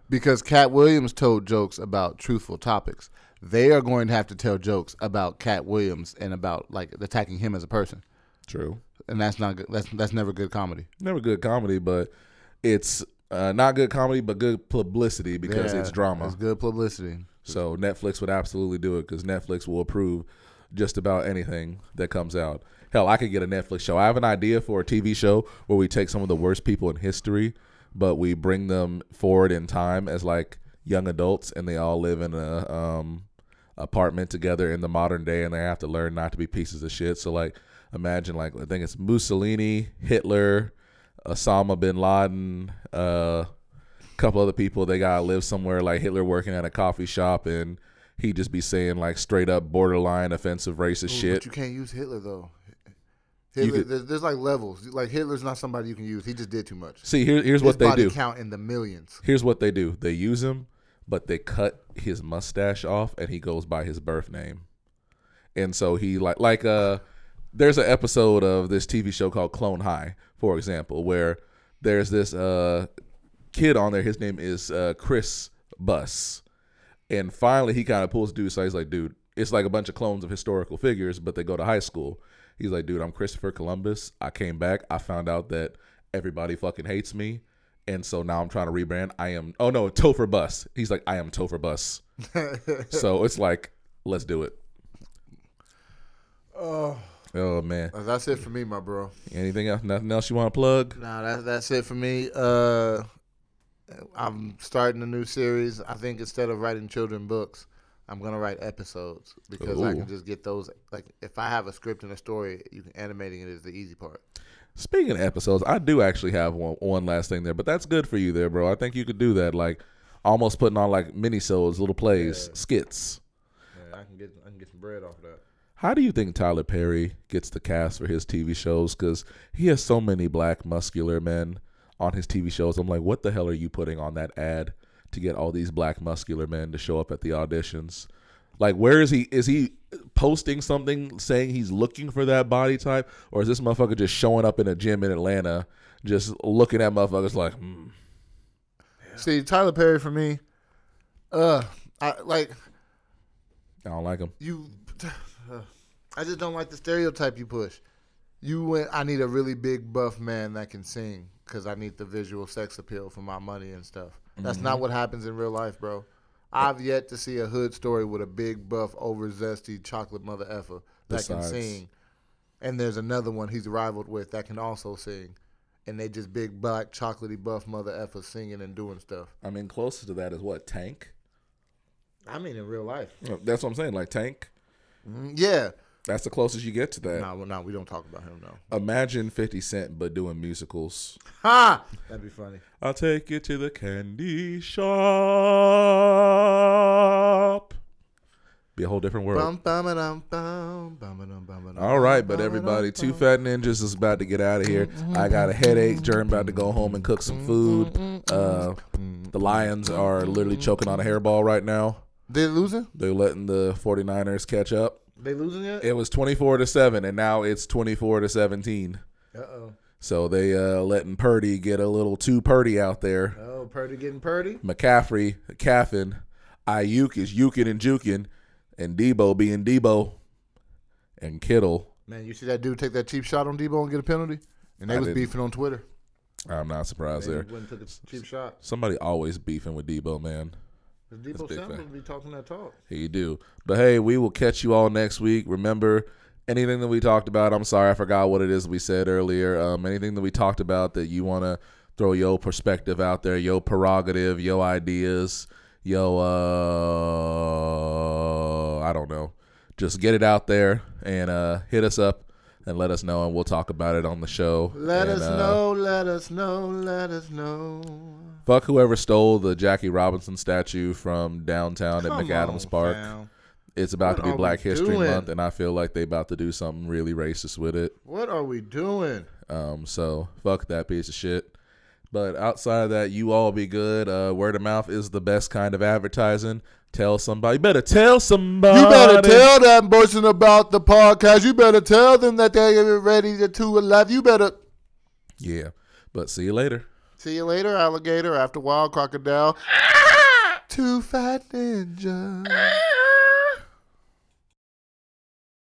because Cat Williams told jokes about truthful topics. They are going to have to tell jokes about Cat Williams and about like attacking him as a person,
True.
and that's not good. That's that's never good comedy.
never good comedy, but it's uh, not good comedy, but good publicity because
Yeah,
it's drama.
It's good publicity.
So Netflix would absolutely do it because Netflix will approve just about anything that comes out. Hell, I could get a Netflix show. I have an idea for a TV show where we take some of the worst people in history, but we bring them forward in time as like young adults, and they all live in a um, apartment together in the modern day, and they have to learn not to be pieces of shit. So like, imagine like I think it's Mussolini, Hitler, Osama bin Laden, uh, couple other people they gotta live somewhere like Hitler working at a coffee shop and he just be saying like straight up borderline offensive racist shit.
But you can't use Hitler though.
You
Hitler,
could-
there's, there's like levels. Like Hitler's not somebody you can use. He just did too much.
See here,
His
here's what they
body
do.
count in the millions. [laughs]
Here's what they do. They use him, but they cut his mustache off and he goes by his birth name. And so he like like uh there's an episode of this TV show called Clone High, for example, where there's this uh kid on there, his name is uh Chris Bus. And finally, he kind of pulls dude. So he's like, dude, it's like a bunch of clones of historical figures, but they go to high school. He's like, dude, I'm Christopher Columbus. I came back. I found out that everybody fucking hates me. And so now I'm trying to rebrand. I am, oh no, Topher Bus. He's like, I am Topher Bus. so it's like, let's do it. Oh. Oh, man.
That's it for me, my bro.
Anything else? Nothing else you want to plug?
Nah, that's that's it for me. Uh, I'm starting a new series. I think instead of writing children books, I'm gonna write episodes because I
Ooh.
can just get those. Like if I have a script and a story, you can animating it is the easy part.
Speaking of episodes, I do actually have one, one last thing there, but that's good for you there, bro. I think you could do that. Like, almost putting on like minisodes, little plays, skits.
I can get I can get some bread off of that.
How do you think Tyler Perry gets the cast for his TV shows? Because he has so many black muscular men on his TV shows. I'm like, what the hell are you putting on that ad to get all these black muscular men to show up at the auditions? Like, where is he? Is he posting something saying he's looking for that body type, or is this motherfucker just showing up in a gym in Atlanta, just looking at motherfuckers like, hmm,
See, Tyler Perry for me, uh, I like
I don't like him.
you. [sighs] I just don't like the stereotype you push. You went. I need a really big buff man that can sing because I need the visual sex appeal for my money and stuff. That's not what happens in real life, bro. I've yet to see a hood story with a big buff, over zesty chocolate mother effer that
Besides-
can sing. And there's another one he's rivaled with that can also sing. And they just big black chocolatey buff mother effer singing and doing stuff.
I mean, closest to that is what Tank.
I mean, in real life.
That's what I'm saying. Like Tank.
Mm-hmm. Yeah.
That's the closest you get to that.
No, well, no, we don't talk about him, no.
Imagine 50 Cent but doing musicals.
Ha!
That'd be funny.
I'll take you to the candy shop. Be a whole different world.
Bum, bum, dum, bum, bum, dum, bum,
All right, but everybody, Two Fat Ninjas is about to get out of here. I got a headache. Jerm about to go home and cook some food. Uh, the Lions are literally choking on a hairball right now.
They losing?
They're letting the 49ers catch up.
They losing yet?
It was 24 to 7 and now it's 24 to 17.
Uh oh.
So they uh letting Purdy get a little too Purdy out there.
Oh, Purdy getting Purdy?
McCaffrey, Caffin, Ayuk is Yukin and Jukin, and Debo being Debo, and Kittle.
Man, you see that dude take that cheap shot on Debo and get a penalty? And they
I
was
didn't.
beefing on Twitter.
I'm not surprised
They
there.
wouldn't took a cheap shot.
Somebody always beefing with Debo, man.
'Cause Debo
big
Samuel
fact.
be talking that talk.
He do. But hey, we will catch you all next week. Remember anything that we talked about. I'm sorry, I forgot what it is we said earlier. Um, anything that we talked about that you want to throw your perspective out there, your prerogative, your ideas, yo, uh, I don't know. Just get it out there and uh, hit us up and let us know, and we'll talk about it on the show.
Let
And,
us
uh,
know, let us know, let us know.
Fuck whoever stole the Jackie Robinson statue from downtown at McAdams Park. It's
What
about to be
are
Black
we
History
doing?
Month, and I feel like they about to do something really racist with it.
What are we doing?
Um, so fuck that piece of shit. But outside of that, you all be good. Uh, word of mouth is the best kind of advertising. Tell somebody. You better tell somebody.
You better tell that person about the podcast. You better tell them that they're ready to, to love. You better.
Yeah. But see you later.
See you later, alligator. After wild crocodile. Two fat ninja.